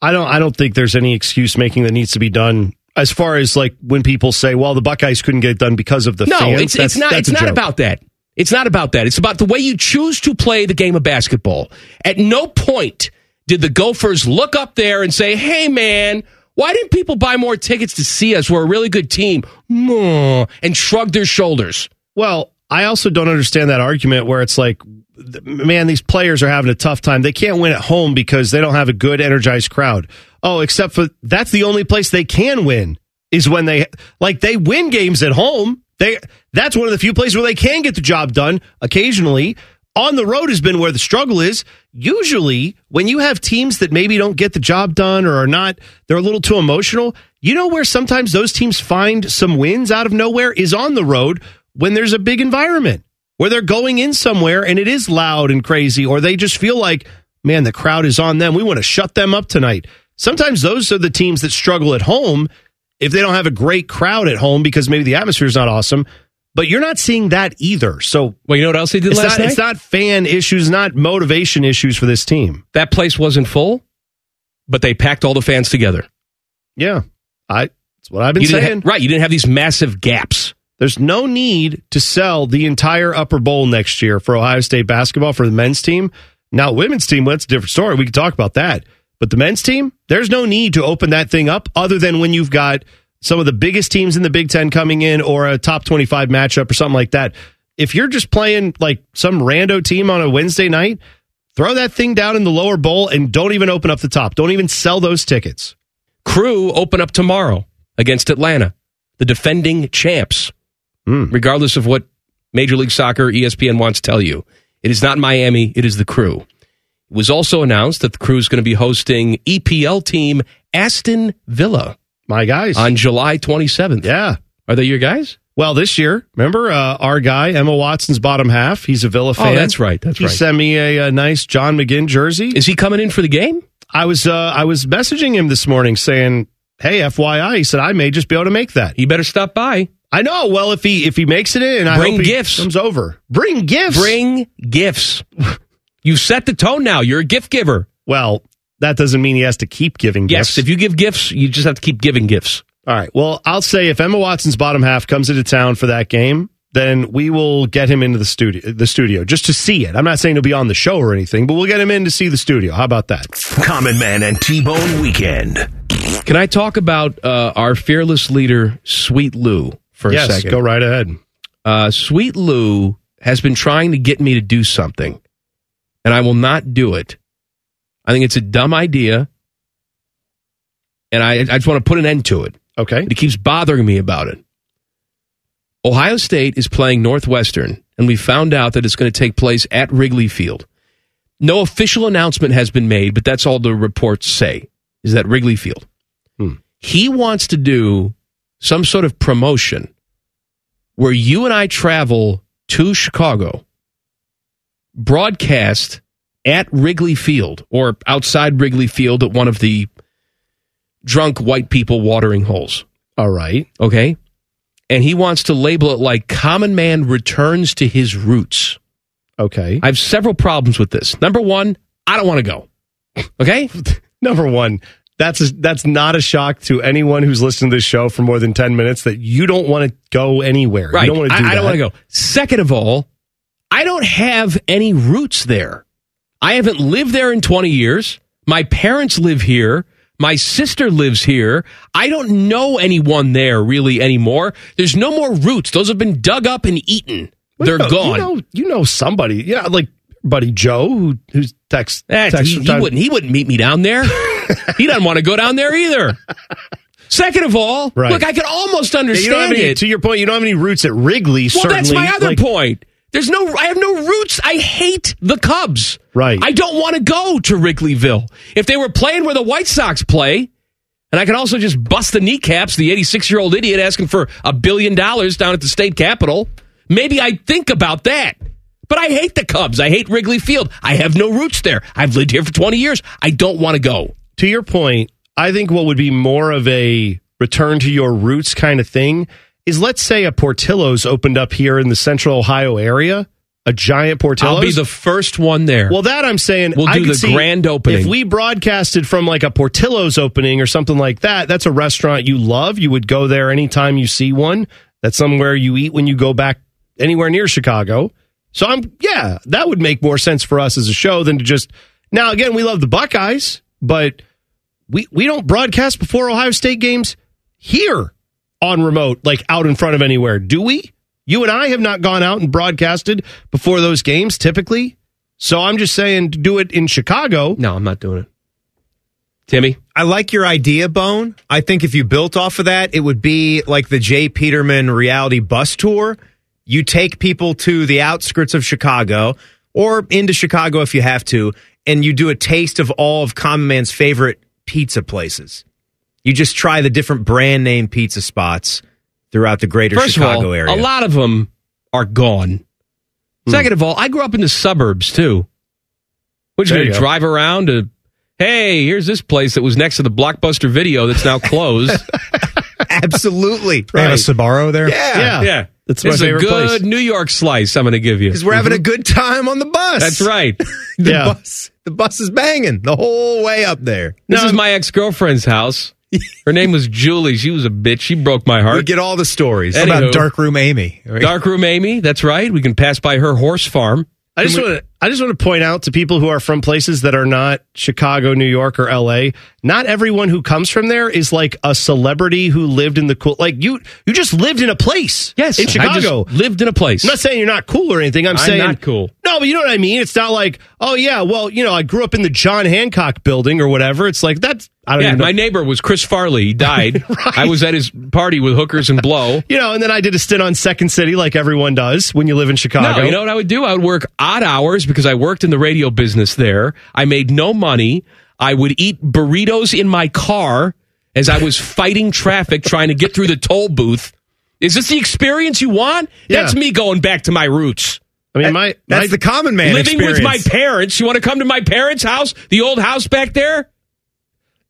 Speaker 3: I don't I don't think there's any excuse making that needs to be done as far as like when people say, well, the Buckeyes couldn't get it done because of the
Speaker 2: no,
Speaker 3: fans.
Speaker 2: it's
Speaker 3: That's-
Speaker 2: it's not
Speaker 3: that's
Speaker 2: it's
Speaker 3: a
Speaker 2: not
Speaker 3: joke.
Speaker 2: about that. It's not about that. It's about the way you choose to play the game of basketball. At no point did the Gophers look up there and say, "Hey, man." Why didn't people buy more tickets to see us? We're a really good team. Mwah, And shrug their shoulders.
Speaker 3: Well, I also don't understand that argument where it's like, th- man, these players are having a tough time. They can't win at home because they don't have a good, energized crowd. Oh, except for that's the only place they can win is when they like they win games at home. They that's one of the few places where they can get the job done occasionally. On the road has been where the struggle is. Usually, when you have teams that maybe don't get the job done or are not, they're a little too emotional. You know where sometimes those teams find some wins out of nowhere is on the road when there's a big environment where they're going in somewhere and it is loud and crazy, or they just feel like, man, the crowd is on them. We want to shut them up tonight. Sometimes those are the teams that struggle at home if they don't have a great crowd at home because maybe the atmosphere is not awesome. But you're not seeing that either. So,
Speaker 2: well, you know what else they did
Speaker 3: it's
Speaker 2: last
Speaker 3: not,
Speaker 2: night?
Speaker 3: It's not fan issues, not motivation issues for this team.
Speaker 2: That place wasn't full, but they packed all the fans together.
Speaker 3: Yeah, I. That's what I've been
Speaker 2: You didn't ha-
Speaker 3: saying.
Speaker 2: right, you didn't have these massive gaps.
Speaker 3: There's no need to sell the entire upper bowl next year for Ohio State basketball for the men's team. Now, women's team, well, that's a different story. We can talk about that. But the men's team, there's no need to open that thing up other than when you've got some of the biggest teams in the Big Ten coming in or a top 25 matchup or something like that. If you're just playing like some rando team on a Wednesday night, throw that thing down in the lower bowl and don't even open up the top. Don't even sell those tickets.
Speaker 2: Crew open up tomorrow against Atlanta, the defending champs.
Speaker 3: Hmm.
Speaker 2: Regardless of what Major League Soccer E ESPN wants to tell you, it is not Miami, it is the crew. It was also announced that the crew is going to be hosting EPL team Aston Villa.
Speaker 3: My guys.
Speaker 2: On July 27th.
Speaker 3: Yeah.
Speaker 2: Are they your guys?
Speaker 3: Well, this year, remember uh, our guy Emma Watson's bottom half. He's a Villa fan.
Speaker 2: Oh, that's right, that's
Speaker 3: he
Speaker 2: right.
Speaker 3: sent me a, uh nice John McGinn jersey.
Speaker 2: Is he coming in for the game?
Speaker 3: I was uh, I was messaging him this morning saying, "Hey, FYI," he said, "I may just be able to make that.
Speaker 2: He better stop by."
Speaker 3: I know. Well, if he if he makes it in, I
Speaker 2: Bring
Speaker 3: hope he
Speaker 2: gifts.
Speaker 3: comes over. Bring gifts.
Speaker 2: Bring gifts. you set the tone now. You're a gift giver.
Speaker 3: Well, that doesn't mean he has to keep giving
Speaker 2: Yes,
Speaker 3: gifts.
Speaker 2: if you give gifts, you just have to keep giving gifts.
Speaker 3: All right. Well, I'll say if Emma Watson's bottom half comes into town for that game, then we will get him into the studio, the studio, just to see it. I'm not saying he'll be on the show or anything, but we'll get him in to see the studio. How about that?
Speaker 1: Common Man and T Bone Weekend.
Speaker 2: Can I talk about uh, our fearless leader, Sweet Lou, for
Speaker 3: Yes,
Speaker 2: a second?
Speaker 3: go right ahead.
Speaker 2: Uh, Sweet Lou has been trying to get me to do something, and I will not do it. I think it's a dumb idea, and I, I just want to put an end to it.
Speaker 3: Okay.
Speaker 2: It keeps bothering me about it. Ohio State is playing Northwestern, and we found out that it's going to take place at Wrigley Field. No official announcement has been made, but that's all the reports say is that Wrigley Field. He wants to do some sort of promotion where you and I travel to Chicago, broadcast at Wrigley Field or outside Wrigley Field at one of the drunk white people watering holes.
Speaker 3: All right.
Speaker 2: Okay. And he wants to label it like Common Man returns to his roots.
Speaker 3: Okay.
Speaker 2: I have several problems with this. Number one, I don't want to go. Okay.
Speaker 3: Number one, that's a, that's not a shock to anyone who's listened to this show for more than ten minutes that you don't want to go anywhere.
Speaker 2: Right.
Speaker 3: You don't want to do
Speaker 2: I, I don't
Speaker 3: that.
Speaker 2: want to go. Second of all, I don't have any roots there. I haven't lived there in 20 years. My parents live here. My sister lives here. I don't know anyone there really anymore. There's no more roots. Those have been dug up and eaten.
Speaker 3: Well,
Speaker 2: They're
Speaker 3: you know,
Speaker 2: gone.
Speaker 3: You know, you know somebody. Yeah, like buddy Joe who who's text.
Speaker 2: Eh,
Speaker 3: text
Speaker 2: he, he wouldn't. He wouldn't meet me down there. he doesn't want to go down there either. Second of all,
Speaker 3: Right.
Speaker 2: look, I can almost
Speaker 3: you don't have
Speaker 2: understand
Speaker 3: any-
Speaker 2: it.
Speaker 3: To your point, you don't have any roots at Wrigley.
Speaker 2: Well,
Speaker 3: certainly.
Speaker 2: that's my other
Speaker 3: Like,
Speaker 2: point. There's no, I have no roots. I hate the Cubs.
Speaker 3: Right.
Speaker 2: I don't want to go to Wrigleyville. If they were playing where the White Sox play, and I could also just bust the kneecaps, the 86 year old idiot asking for a billion dollars down at the state capitol, maybe I'd think about that. But I hate the Cubs. I hate Wrigley Field. I have no roots there. I've lived here for 20 years. I don't want to go.
Speaker 3: To your point, I think what would be more of a return to your roots kind of thing is let's say a Portillo's opened up here in the central Ohio area, a giant Portillo's.
Speaker 2: I'll be the first one there.
Speaker 3: Well, that I'm saying.
Speaker 2: We'll
Speaker 3: I
Speaker 2: do
Speaker 3: could
Speaker 2: the
Speaker 3: see
Speaker 2: grand opening.
Speaker 3: If we broadcasted from like a Portillo's opening or something like that, that's a restaurant you love. You would go there anytime you see one. That's somewhere you eat when you go back anywhere near Chicago. So I'm yeah, that would make more sense for us as a show than to just now. Again, we love the Buckeyes, but we we don't broadcast before Ohio State games here on remote, like out in front of anywhere, do we? You and I have not gone out and broadcasted before those games typically. So I'm just saying, do it in Chicago.
Speaker 2: No, I'm not doing it. Timmy?
Speaker 4: I like your idea, Bone. I think if you built off of that, it would be like the Jay Peterman reality bus tour. You take people to the outskirts of Chicago or into Chicago if you have to, and you do a taste of all of Common Man's favorite pizza places. You just try the different brand name pizza spots throughout the greater
Speaker 2: First
Speaker 4: Chicago
Speaker 2: of all,
Speaker 4: area.
Speaker 2: A lot of them are gone. Second of all, I grew up in the suburbs too. We're just
Speaker 4: There
Speaker 2: going
Speaker 4: you
Speaker 2: to
Speaker 4: go.
Speaker 2: drive around to, hey, here's this place that was next to the Blockbuster video that's now closed.
Speaker 4: Absolutely.
Speaker 12: They have a Sabaro there.
Speaker 2: Yeah. Yeah.
Speaker 12: That's my
Speaker 2: it's a
Speaker 12: favorite
Speaker 2: good
Speaker 12: place.
Speaker 2: New York slice I'm going to give you. Mm-hmm.
Speaker 4: because we're having a good time on the bus.
Speaker 2: That's right.
Speaker 4: the bus, the bus is banging the whole way up there.
Speaker 2: This is my ex girlfriend's house. Her name was Julie. She was a bitch. She broke my heart.
Speaker 4: We get all the stories
Speaker 12: How about Darkroom Amy.
Speaker 2: Darkroom Amy. That's right. We can pass by her horse farm.
Speaker 3: I just
Speaker 2: Can we-
Speaker 3: want to I just want to point out to people who are from places that are not Chicago, New York, or L.A. Not everyone who comes from there is like a celebrity who lived in the cool. Like you, you just lived in a place.
Speaker 2: Yes,
Speaker 3: in
Speaker 2: I
Speaker 3: Chicago,
Speaker 2: just lived in a place.
Speaker 3: I'm not saying you're not cool or anything. I'm,
Speaker 2: I'm
Speaker 3: saying
Speaker 2: not cool.
Speaker 3: No, but you know what I mean. It's not like oh yeah, well you know I grew up in the John Hancock Building or whatever. It's like that's I don't
Speaker 2: yeah,
Speaker 3: even know.
Speaker 2: my neighbor was Chris Farley. He died. I was at his party with hookers and blow.
Speaker 3: you know, and then I did a stint on Second City like everyone does when you live in Chicago.
Speaker 2: No, you know what I would do? I would work odd hours because I worked in the radio business there. I made no money. I would eat burritos in my car as I was fighting traffic trying to get through the toll booth. Is this the experience you want? That's
Speaker 3: Yeah.
Speaker 2: me going back to my roots.
Speaker 3: I mean, my
Speaker 4: That's the
Speaker 3: my-
Speaker 4: common man
Speaker 2: Living with my
Speaker 4: experience.
Speaker 2: parents. You want to come to my parents' house, the old house back there?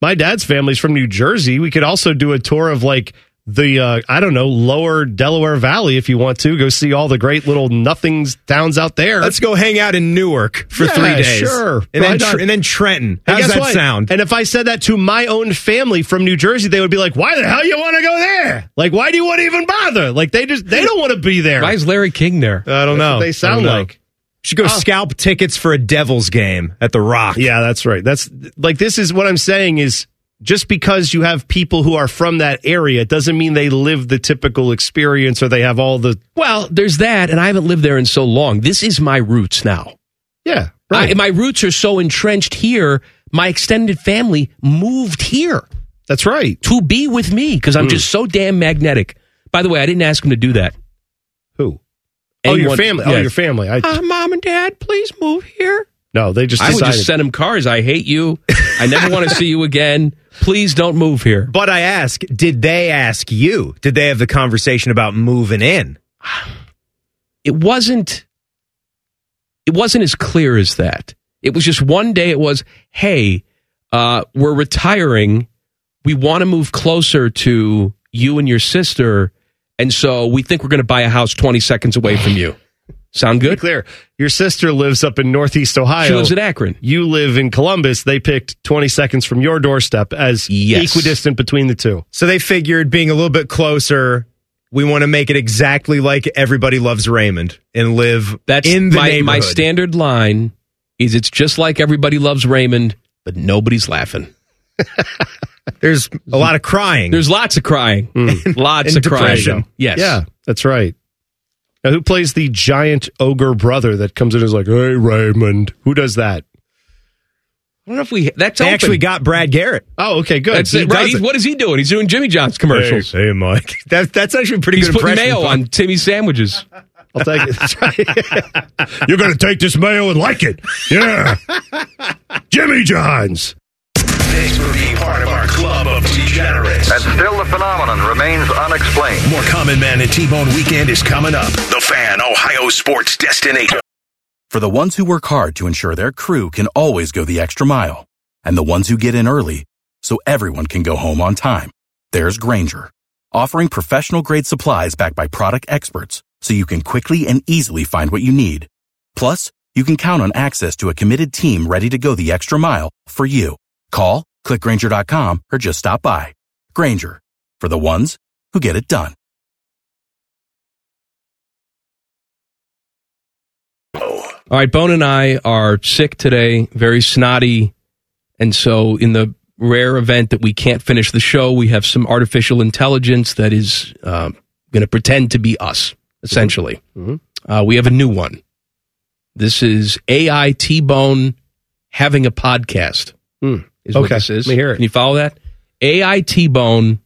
Speaker 3: my dad's family's from New Jersey. We could also do a tour of like the uh, I don't know lower Delaware Valley if you want to go see all the great little nothings towns out there.
Speaker 4: Let's go hang out in Newark for
Speaker 3: Yeah,
Speaker 4: three days.
Speaker 3: sure.
Speaker 4: And
Speaker 3: Why
Speaker 4: then,
Speaker 3: not?
Speaker 4: Tr- and then Trenton.
Speaker 3: And
Speaker 4: How does
Speaker 3: guess
Speaker 4: that
Speaker 3: what?
Speaker 4: sound?
Speaker 3: And if I said that to my own family from New Jersey, they would be like, "Why the hell you want to go there? Like, why do you want to even bother? Like, they just they don't want to be there.
Speaker 2: Why is Larry King there?
Speaker 4: I don't
Speaker 3: That's
Speaker 4: know.
Speaker 3: what they sound
Speaker 4: I don't know.
Speaker 3: like.
Speaker 4: Should go scalp tickets for a Devils game at the Rock.
Speaker 3: Yeah, that's right. That's like this is what I'm saying is just because you have people who are from that area doesn't mean they live the typical experience or they have all the
Speaker 2: Well, there's that, and I haven't lived there in so long. This is my roots now.
Speaker 3: yeah
Speaker 2: I, my roots are so entrenched here. My extended family moved here
Speaker 3: that's right. Mm.
Speaker 2: to be with me because I'm just so damn magnetic. By the way, I didn't ask him to do that.
Speaker 3: Who? Oh, your
Speaker 2: Anyone-
Speaker 3: family. Oh,
Speaker 2: yes.
Speaker 3: your family. I
Speaker 2: Uh, Mom and Dad, please move here.
Speaker 3: no, they just
Speaker 2: I would
Speaker 3: decided.
Speaker 2: just send him cars. I hate you. I never want to see you again. Please don't move here.
Speaker 4: But I ask, did they ask you? Did they have the conversation about moving in?
Speaker 2: it wasn't it wasn't as clear as that it was just one day it was hey uh, we're retiring we want to move closer to you and your sister and so we think we're going to buy a house 20 seconds away from you sound good
Speaker 3: clear. Your sister lives up in Northeast Ohio.
Speaker 2: she lives in akron
Speaker 3: you live in Columbus. They picked 20 seconds from your doorstep as
Speaker 2: Yes.
Speaker 3: equidistant between the two.
Speaker 4: So they figured being a little bit closer, we want to make it exactly like everybody loves Raymond and live
Speaker 2: that's
Speaker 4: in the
Speaker 2: my,
Speaker 4: neighborhood.
Speaker 2: my standard line is it's just like everybody loves raymond but nobody's laughing
Speaker 4: There's a lot of crying. Mm.
Speaker 2: there's lots of crying lots
Speaker 4: And
Speaker 2: of
Speaker 4: depression.
Speaker 2: crying yes
Speaker 3: Yeah, that's right. Now, who plays the giant ogre brother that comes in and is like, hey, Raymond? Who does that?
Speaker 2: I don't know if we. That's
Speaker 4: They
Speaker 2: open.
Speaker 4: actually got Brad Garrett.
Speaker 3: Oh, okay, good.
Speaker 2: That's it, right? He's- what is he doing? He's doing Jimmy John's commercials.
Speaker 4: Hey, hey, Mike. That, that's actually a pretty
Speaker 2: He's
Speaker 4: good
Speaker 2: putting
Speaker 4: impression.
Speaker 2: mayo on Timmy's sandwiches.
Speaker 3: I'll take it. That's right.
Speaker 23: You're going to take this mayo and like it. Yeah. Jimmy John's.
Speaker 1: This would be part of our club of degenerates.
Speaker 8: And still the phenomenon remains unexplained.
Speaker 1: More Common Man and T-Bone Weekend is coming up. The Fan, Ohio sports destination.
Speaker 9: For the ones who work hard to ensure their crew can always go the extra mile, and the ones who get in early so everyone can go home on time, there's Granger, offering professional grade supplies backed by product experts so you can quickly and easily find what you need. Plus, you can count on access to a committed team ready to go the extra mile for you. Call, clickgranger.com, or just stop by. Granger, for the ones who get it done.
Speaker 2: All right, Bone and I are sick today, very snotty. And so, in the rare event that we can't finish the show, we have some artificial intelligence that is uh, going to pretend to be us, essentially.
Speaker 3: Mm-hmm.
Speaker 2: Uh, we have a new one. This is AI T Bone having a podcast, is what
Speaker 3: Hmm. Okay,
Speaker 2: this is.
Speaker 3: let me hear it.
Speaker 2: Can you follow that? AI T Bone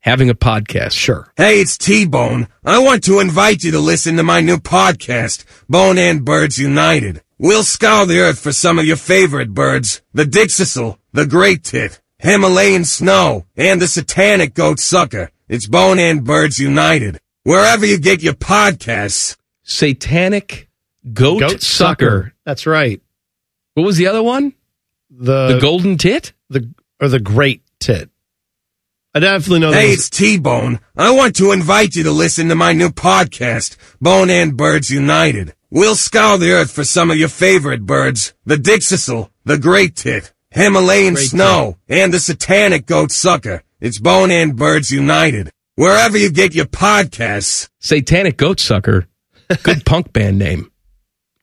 Speaker 2: having a podcast. Sure.
Speaker 14: Hey, it's T-Bone. I want to invite you to listen to my new podcast, Bone and Birds United. We'll scour the earth for some of your favorite birds, the Dixisel, the Great Tit, Himalayan Snow, and the Satanic Goat Sucker. It's Bone and Birds United. Wherever you get your podcasts.
Speaker 2: Satanic Goat,
Speaker 3: Goat sucker. That's right.
Speaker 2: What was the other one?
Speaker 3: The
Speaker 2: The golden tit?
Speaker 3: The or the great tit. I definitely know
Speaker 14: Hey,
Speaker 3: those-
Speaker 14: it's T-Bone. I want to invite you to listen to my new podcast, Bone and Birds United. We'll scour the earth for some of your favorite birds, the Dixisel, the Great Tit, Himalayan
Speaker 24: Great
Speaker 14: Snow, and the Satanic Goat Sucker. It's Bone and Birds United. Wherever you get your podcasts.
Speaker 2: Satanic Goat Sucker. Good punk band name.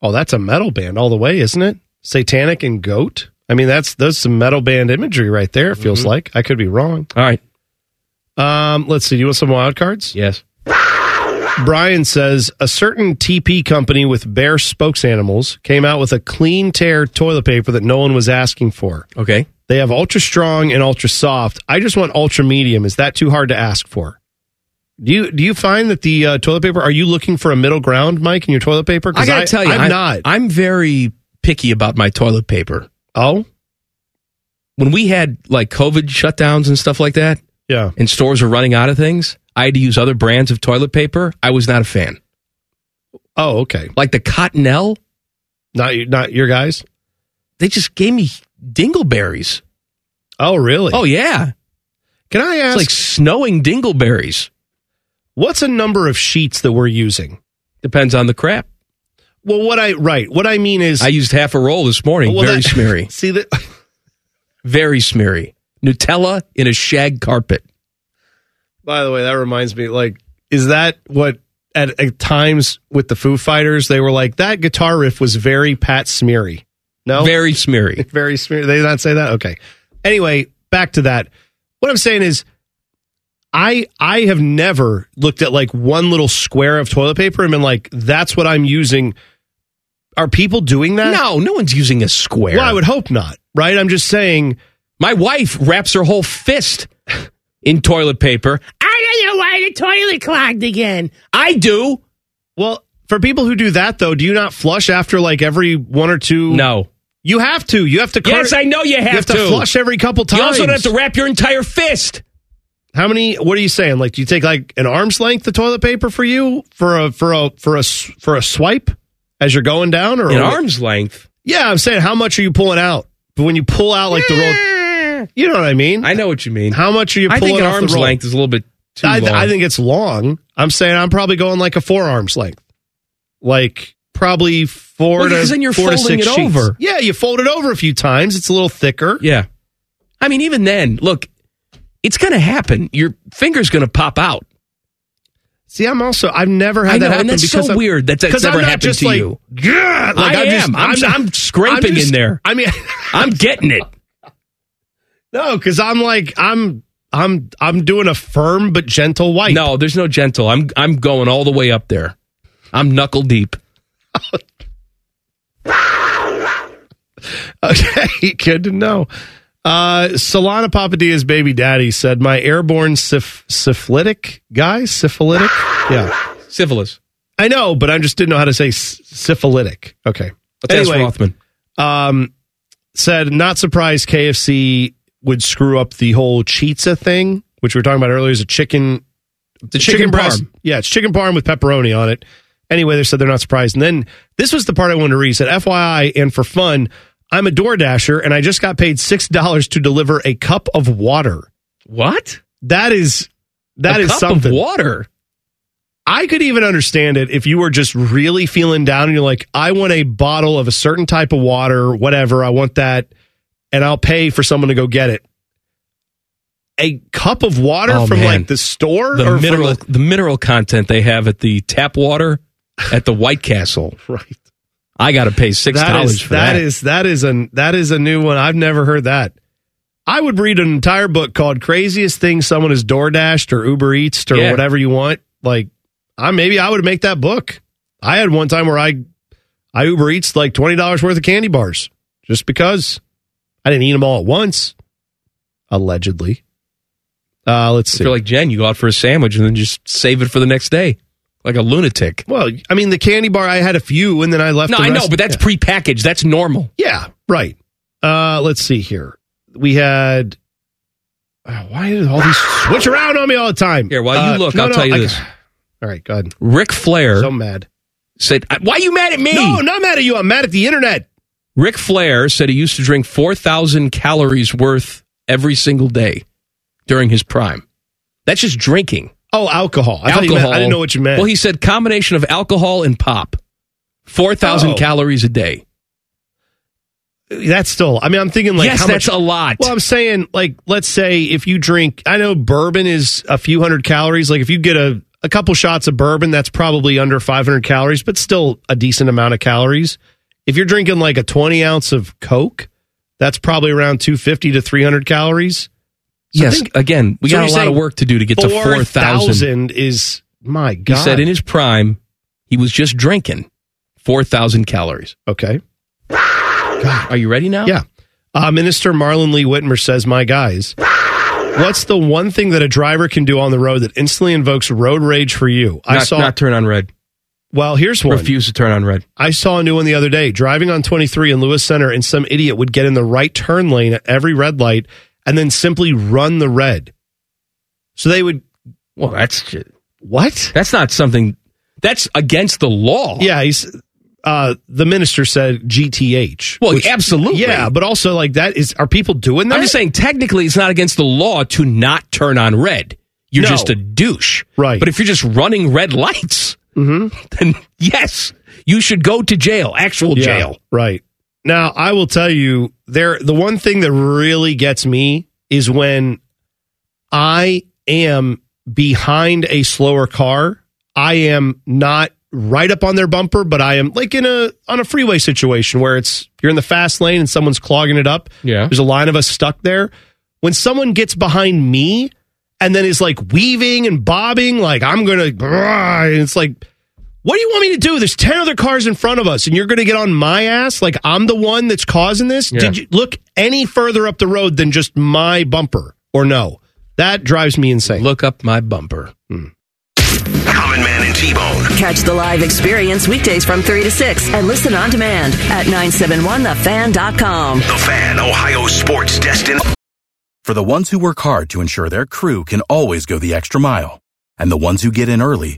Speaker 3: Oh, that's a metal band all the way, isn't it? Satanic and goat. I mean, that's that's some metal band imagery right there. It feels like I could be wrong.
Speaker 2: Mm-hmm. All right.
Speaker 3: Um, let's see. Do you want some wild cards?
Speaker 2: Yes.
Speaker 3: Brian says a certain TP company with bear spokes came out with a clean tear toilet paper that no one was asking for.
Speaker 2: Okay.
Speaker 3: They have ultra strong and ultra soft. I just want ultra medium. Is that too hard to ask for? Do you do you find that the uh, toilet paper? Are you looking for a middle ground, Mike, in your toilet paper? 'Cause
Speaker 2: I gotta tell you,
Speaker 3: I'm not.
Speaker 2: I'm very picky about my toilet paper.
Speaker 3: Oh,
Speaker 2: when we had like COVID shutdowns and stuff like that,
Speaker 3: yeah,
Speaker 2: and stores were running out of things, I had to use other brands of toilet paper. I was not a fan.
Speaker 3: Oh, okay.
Speaker 2: Like the Cottonelle.
Speaker 3: Not not your guys.
Speaker 2: They just gave me dingleberries.
Speaker 3: Oh, really?
Speaker 2: Oh, yeah.
Speaker 3: Can I ask?
Speaker 2: like snowing dingleberries.
Speaker 3: What's a number of sheets that we're using?
Speaker 2: Depends on the crap.
Speaker 3: Well, what I right, what I mean is
Speaker 2: I used half a roll this morning.
Speaker 3: Well,
Speaker 2: very
Speaker 3: that-
Speaker 2: smeary.
Speaker 3: See that?
Speaker 2: Very smeary. Nutella in a shag carpet.
Speaker 3: By the way, that reminds me. Like, is that what at, at times with the Foo Fighters they were like that guitar riff was very Pat Smeary. No,
Speaker 2: very smeary,
Speaker 3: very smeary. They did not say that. Okay. Anyway, back to that. What I'm saying is, I I have never looked at like one little square of toilet paper and been like, that's what I'm using. Are people doing that?
Speaker 2: No, no one's using a square.
Speaker 3: Well, I would hope not. Right? I'm just saying.
Speaker 2: My wife wraps her whole fist in toilet paper. I don't know why the toilet clogged again. I do.
Speaker 3: Well, for people who do that though, do you not flush after like every one or two?
Speaker 2: No.
Speaker 3: You have to. You have to.
Speaker 2: Yes, I know you have
Speaker 3: to.
Speaker 2: to.
Speaker 3: flush every couple times.
Speaker 2: You also don't have to wrap your entire fist.
Speaker 3: How many? What are you saying? Like, do you take like an arm's length of toilet paper for you for a for a for a s- for a swipe as you're going down, or
Speaker 2: An arm's length.
Speaker 3: Yeah, I'm saying how much are you pulling out? But when you pull out like the roll, you know what I mean.
Speaker 2: Eh. I know what you mean.
Speaker 3: How much are you?
Speaker 2: I
Speaker 3: Pulling
Speaker 2: think an
Speaker 3: off the
Speaker 2: arm's
Speaker 3: roll?
Speaker 2: length is a little bit too
Speaker 3: I,
Speaker 2: long.
Speaker 3: I think it's long. I'm saying I'm probably going like a forearm's length, like probably four
Speaker 2: Well,
Speaker 3: to
Speaker 2: because then you're
Speaker 3: four to
Speaker 2: folding
Speaker 3: six
Speaker 2: it
Speaker 3: sheets.
Speaker 2: over.
Speaker 3: Yeah, you fold it over a few times. It's a little thicker.
Speaker 2: Yeah. I mean, even then, look, it's going to happen. Your finger's going to pop out.
Speaker 3: See, I'm also I've never had
Speaker 2: I know,
Speaker 3: that happen
Speaker 2: and that's
Speaker 3: because
Speaker 2: so
Speaker 3: I'm-
Speaker 2: weird that that's
Speaker 3: 'cause
Speaker 2: never
Speaker 3: I'm not
Speaker 2: happened
Speaker 3: just
Speaker 2: to
Speaker 3: like,
Speaker 2: you.
Speaker 3: Yeah, like,
Speaker 2: I
Speaker 3: I'm just-
Speaker 2: am. I'm,
Speaker 3: I'm-
Speaker 2: I'm, scraping
Speaker 3: I'm just-
Speaker 2: in there.
Speaker 3: I mean,
Speaker 2: I'm getting it.
Speaker 3: no, because I'm like I'm I'm I'm doing a firm but gentle wipe.
Speaker 2: No, there's no gentle. I'm I'm going all the way up there. I'm knuckle deep.
Speaker 3: Okay, good to know. Uh, Solana Papadia's baby daddy said, "My airborne syph- syphilitic guy, syphilitic, yeah,
Speaker 2: syphilis.
Speaker 3: I know, but I just didn't know how to say s- syphilitic. Okay,
Speaker 2: Let's ask Rothman.
Speaker 3: Um, said not surprised KFC would screw up the whole chizza thing, which we were talking about earlier. Is a chicken,
Speaker 2: the chicken
Speaker 3: breast.
Speaker 2: parm.
Speaker 3: Yeah, it's chicken parm with pepperoni on it. Anyway, they said they're not surprised. And then this was the part I wanted to read. It said FYI, and for fun, I'm a DoorDasher, and I just got paid six dollars to deliver a cup of water.
Speaker 2: What?
Speaker 3: That is that
Speaker 2: A
Speaker 3: is
Speaker 2: cup of
Speaker 3: something.
Speaker 2: water?
Speaker 3: I could even understand it if you were just really feeling down and you're like, I want a bottle of a certain type of water, whatever. I want that, and I'll pay for someone to go get it. A cup of water
Speaker 2: Oh,
Speaker 3: from
Speaker 2: man.
Speaker 3: like the store
Speaker 2: The
Speaker 3: or from
Speaker 2: mineral, the mineral content they have at the tap water at the White Castle.
Speaker 3: right.
Speaker 2: I got to pay six
Speaker 3: That
Speaker 2: dollars
Speaker 3: is,
Speaker 2: for that.
Speaker 3: that is that is an that is a new one. I've never heard that. I would read an entire book called "Craziest Thing Someone Has DoorDashed or Uber Eats or
Speaker 2: Yeah.
Speaker 3: whatever you want." Like, I maybe I would make that book. I had one time where I I Uber Eats like twenty dollars worth of candy bars just because I didn't eat them all at once, allegedly. Uh, let's see.
Speaker 2: If you're like Jen, you go out for a sandwich and then just save it for the next day, like a lunatic.
Speaker 3: Well, I mean, the candy bar I had a few and then I left.
Speaker 2: No,
Speaker 3: the
Speaker 2: I know,
Speaker 3: rest-
Speaker 2: but that's
Speaker 3: yeah.
Speaker 2: prepackaged. That's normal.
Speaker 3: Yeah, right. Uh, let's see here. We had. Uh, why did all these switch around on me all the time? Uh, Here,
Speaker 2: while you look, I'll tell you this.
Speaker 3: All right, go ahead.
Speaker 2: Rick Flair.
Speaker 3: So mad.
Speaker 2: Said, "I- "Why are you mad at me?"
Speaker 3: No, I'm not mad at you. I'm mad at the internet.
Speaker 2: Rick Flair said he used to drink 4,000 calories worth every single day during his prime. That's just drinking.
Speaker 3: Oh, alcohol. I, thought you meant- I didn't know what you meant.
Speaker 2: Well, he said combination of alcohol and pop. 4,000
Speaker 3: Oh.
Speaker 2: calories a day.
Speaker 3: that's still. I mean, I'm thinking like
Speaker 2: Yes,
Speaker 3: how
Speaker 2: that's
Speaker 3: much,
Speaker 2: a lot.
Speaker 3: Well, I'm saying like let's say if you drink, I know bourbon is a few hundred calories. Like if you get a a couple shots of bourbon, that's probably under 500 calories, but still a decent amount of calories. If you're drinking like a 20 ounce of Coke, that's probably around 250 to 300 calories. So
Speaker 2: yes,
Speaker 3: think-
Speaker 2: again, we
Speaker 3: so
Speaker 2: got
Speaker 3: you're
Speaker 2: a lot of
Speaker 3: saying
Speaker 2: work to do to get to 4,000.
Speaker 3: 4,000 is my
Speaker 2: He
Speaker 3: god.
Speaker 2: said in his prime, he was just drinking 4,000 calories.
Speaker 3: Okay.
Speaker 2: Are you ready now?
Speaker 3: Yeah. Uh, Minister Marlon Lee Whitmer says, My guys, what's the one thing that a driver can do on the road that instantly invokes road rage for you? I
Speaker 2: Not-
Speaker 3: saw.
Speaker 2: not turn on red.
Speaker 3: Well, here's one.
Speaker 2: Refuse to turn on red.
Speaker 3: I saw a new one the other day. Driving on 23 in Lewis Center, and some idiot would get in the right turn lane at every red light and then simply run the red. So they would.
Speaker 2: Well, that's.
Speaker 3: What?
Speaker 2: That's not something. That's against the law.
Speaker 3: Yeah, he's. Uh, the minister said GTH.
Speaker 2: Well, absolutely.
Speaker 3: Yeah, but also like that is are people doing that?
Speaker 2: I'm just saying, technically, it's not against the law to not turn on red. You're
Speaker 3: No.
Speaker 2: just a douche.
Speaker 3: Right. Mm-hmm.
Speaker 2: But if you're just running red lights, then yes, you should go to jail, actual
Speaker 3: Yeah,
Speaker 2: jail.
Speaker 3: Right. Now, I will tell you there the one thing that really gets me is when I am behind a slower car. I am not right up on their bumper, but I am like in a on a freeway situation where it's you're in the fast lane and someone's clogging it up.
Speaker 2: Yeah.
Speaker 3: There's a line of us stuck there. When someone gets behind me and then is like weaving and bobbing, like I'm gonna and it's like what do you want me to do? There's ten other cars in front of us, and you're going to get on my ass like I'm the one that's causing this.
Speaker 2: Yeah.
Speaker 3: Did you look any further up the road than just my bumper, or no? That drives me insane.
Speaker 2: Look up my bumper.
Speaker 1: Common Man and T-Bone.
Speaker 15: Catch the live experience weekdays from 3 to 6 and listen on demand at 971thefan.com.
Speaker 1: The Fan, Ohio sports destined.
Speaker 9: For the ones who work hard to ensure their crew can always go the extra mile, and the ones who get in early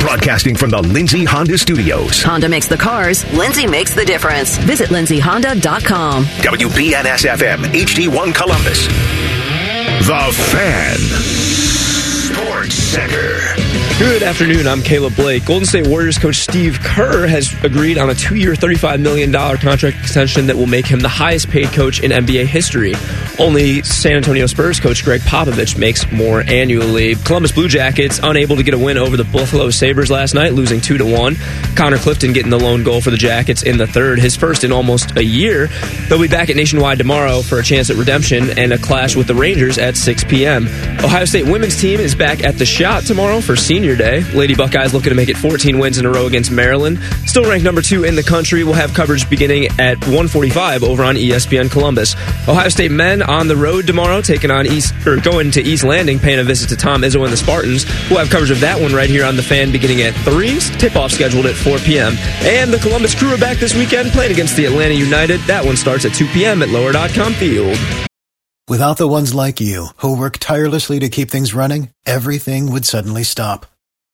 Speaker 1: Broadcasting from the Lindsay Honda Studios.
Speaker 15: Honda makes the cars, Lindsay makes the difference. Visit lindsayhonda.com.
Speaker 1: WBNSFM, HD1 Columbus. The Fan. Sports Center.
Speaker 5: Good afternoon. I'm Caleb Blake. Golden State Warriors coach Steve Kerr has agreed on a two year, $35 million contract extension that will make him the highest paid coach in NBA history. Only San Antonio Spurs coach Greg Popovich makes more annually. Columbus Blue Jackets unable to get a win over the Buffalo Sabres last night, losing 2 to 1. Connor Clifton getting the lone goal for the Jackets in the third, his first in almost a year. They'll be back at Nationwide tomorrow for a chance at redemption and a clash with the Rangers at 6 p.m. Ohio State women's team is back at the shot tomorrow for senior day. Lady Buckeyes looking to make it 14 wins in a row against Maryland. Still ranked number two in the country. We'll have coverage beginning at 1:45 over on E ESPN Columbus. Ohio State men on the road tomorrow, taking on East or going to East Landing, paying a visit to Tom Izzo and the Spartans. We'll have coverage of that one right here on the Fan beginning at three. Tip-off scheduled at 4 p.m. And the Columbus Crew are back this weekend playing against the Atlanta United. That one starts at 2 p.m. at Lower.com Field.
Speaker 11: Without the ones like you, who work tirelessly to keep things running, everything would suddenly stop.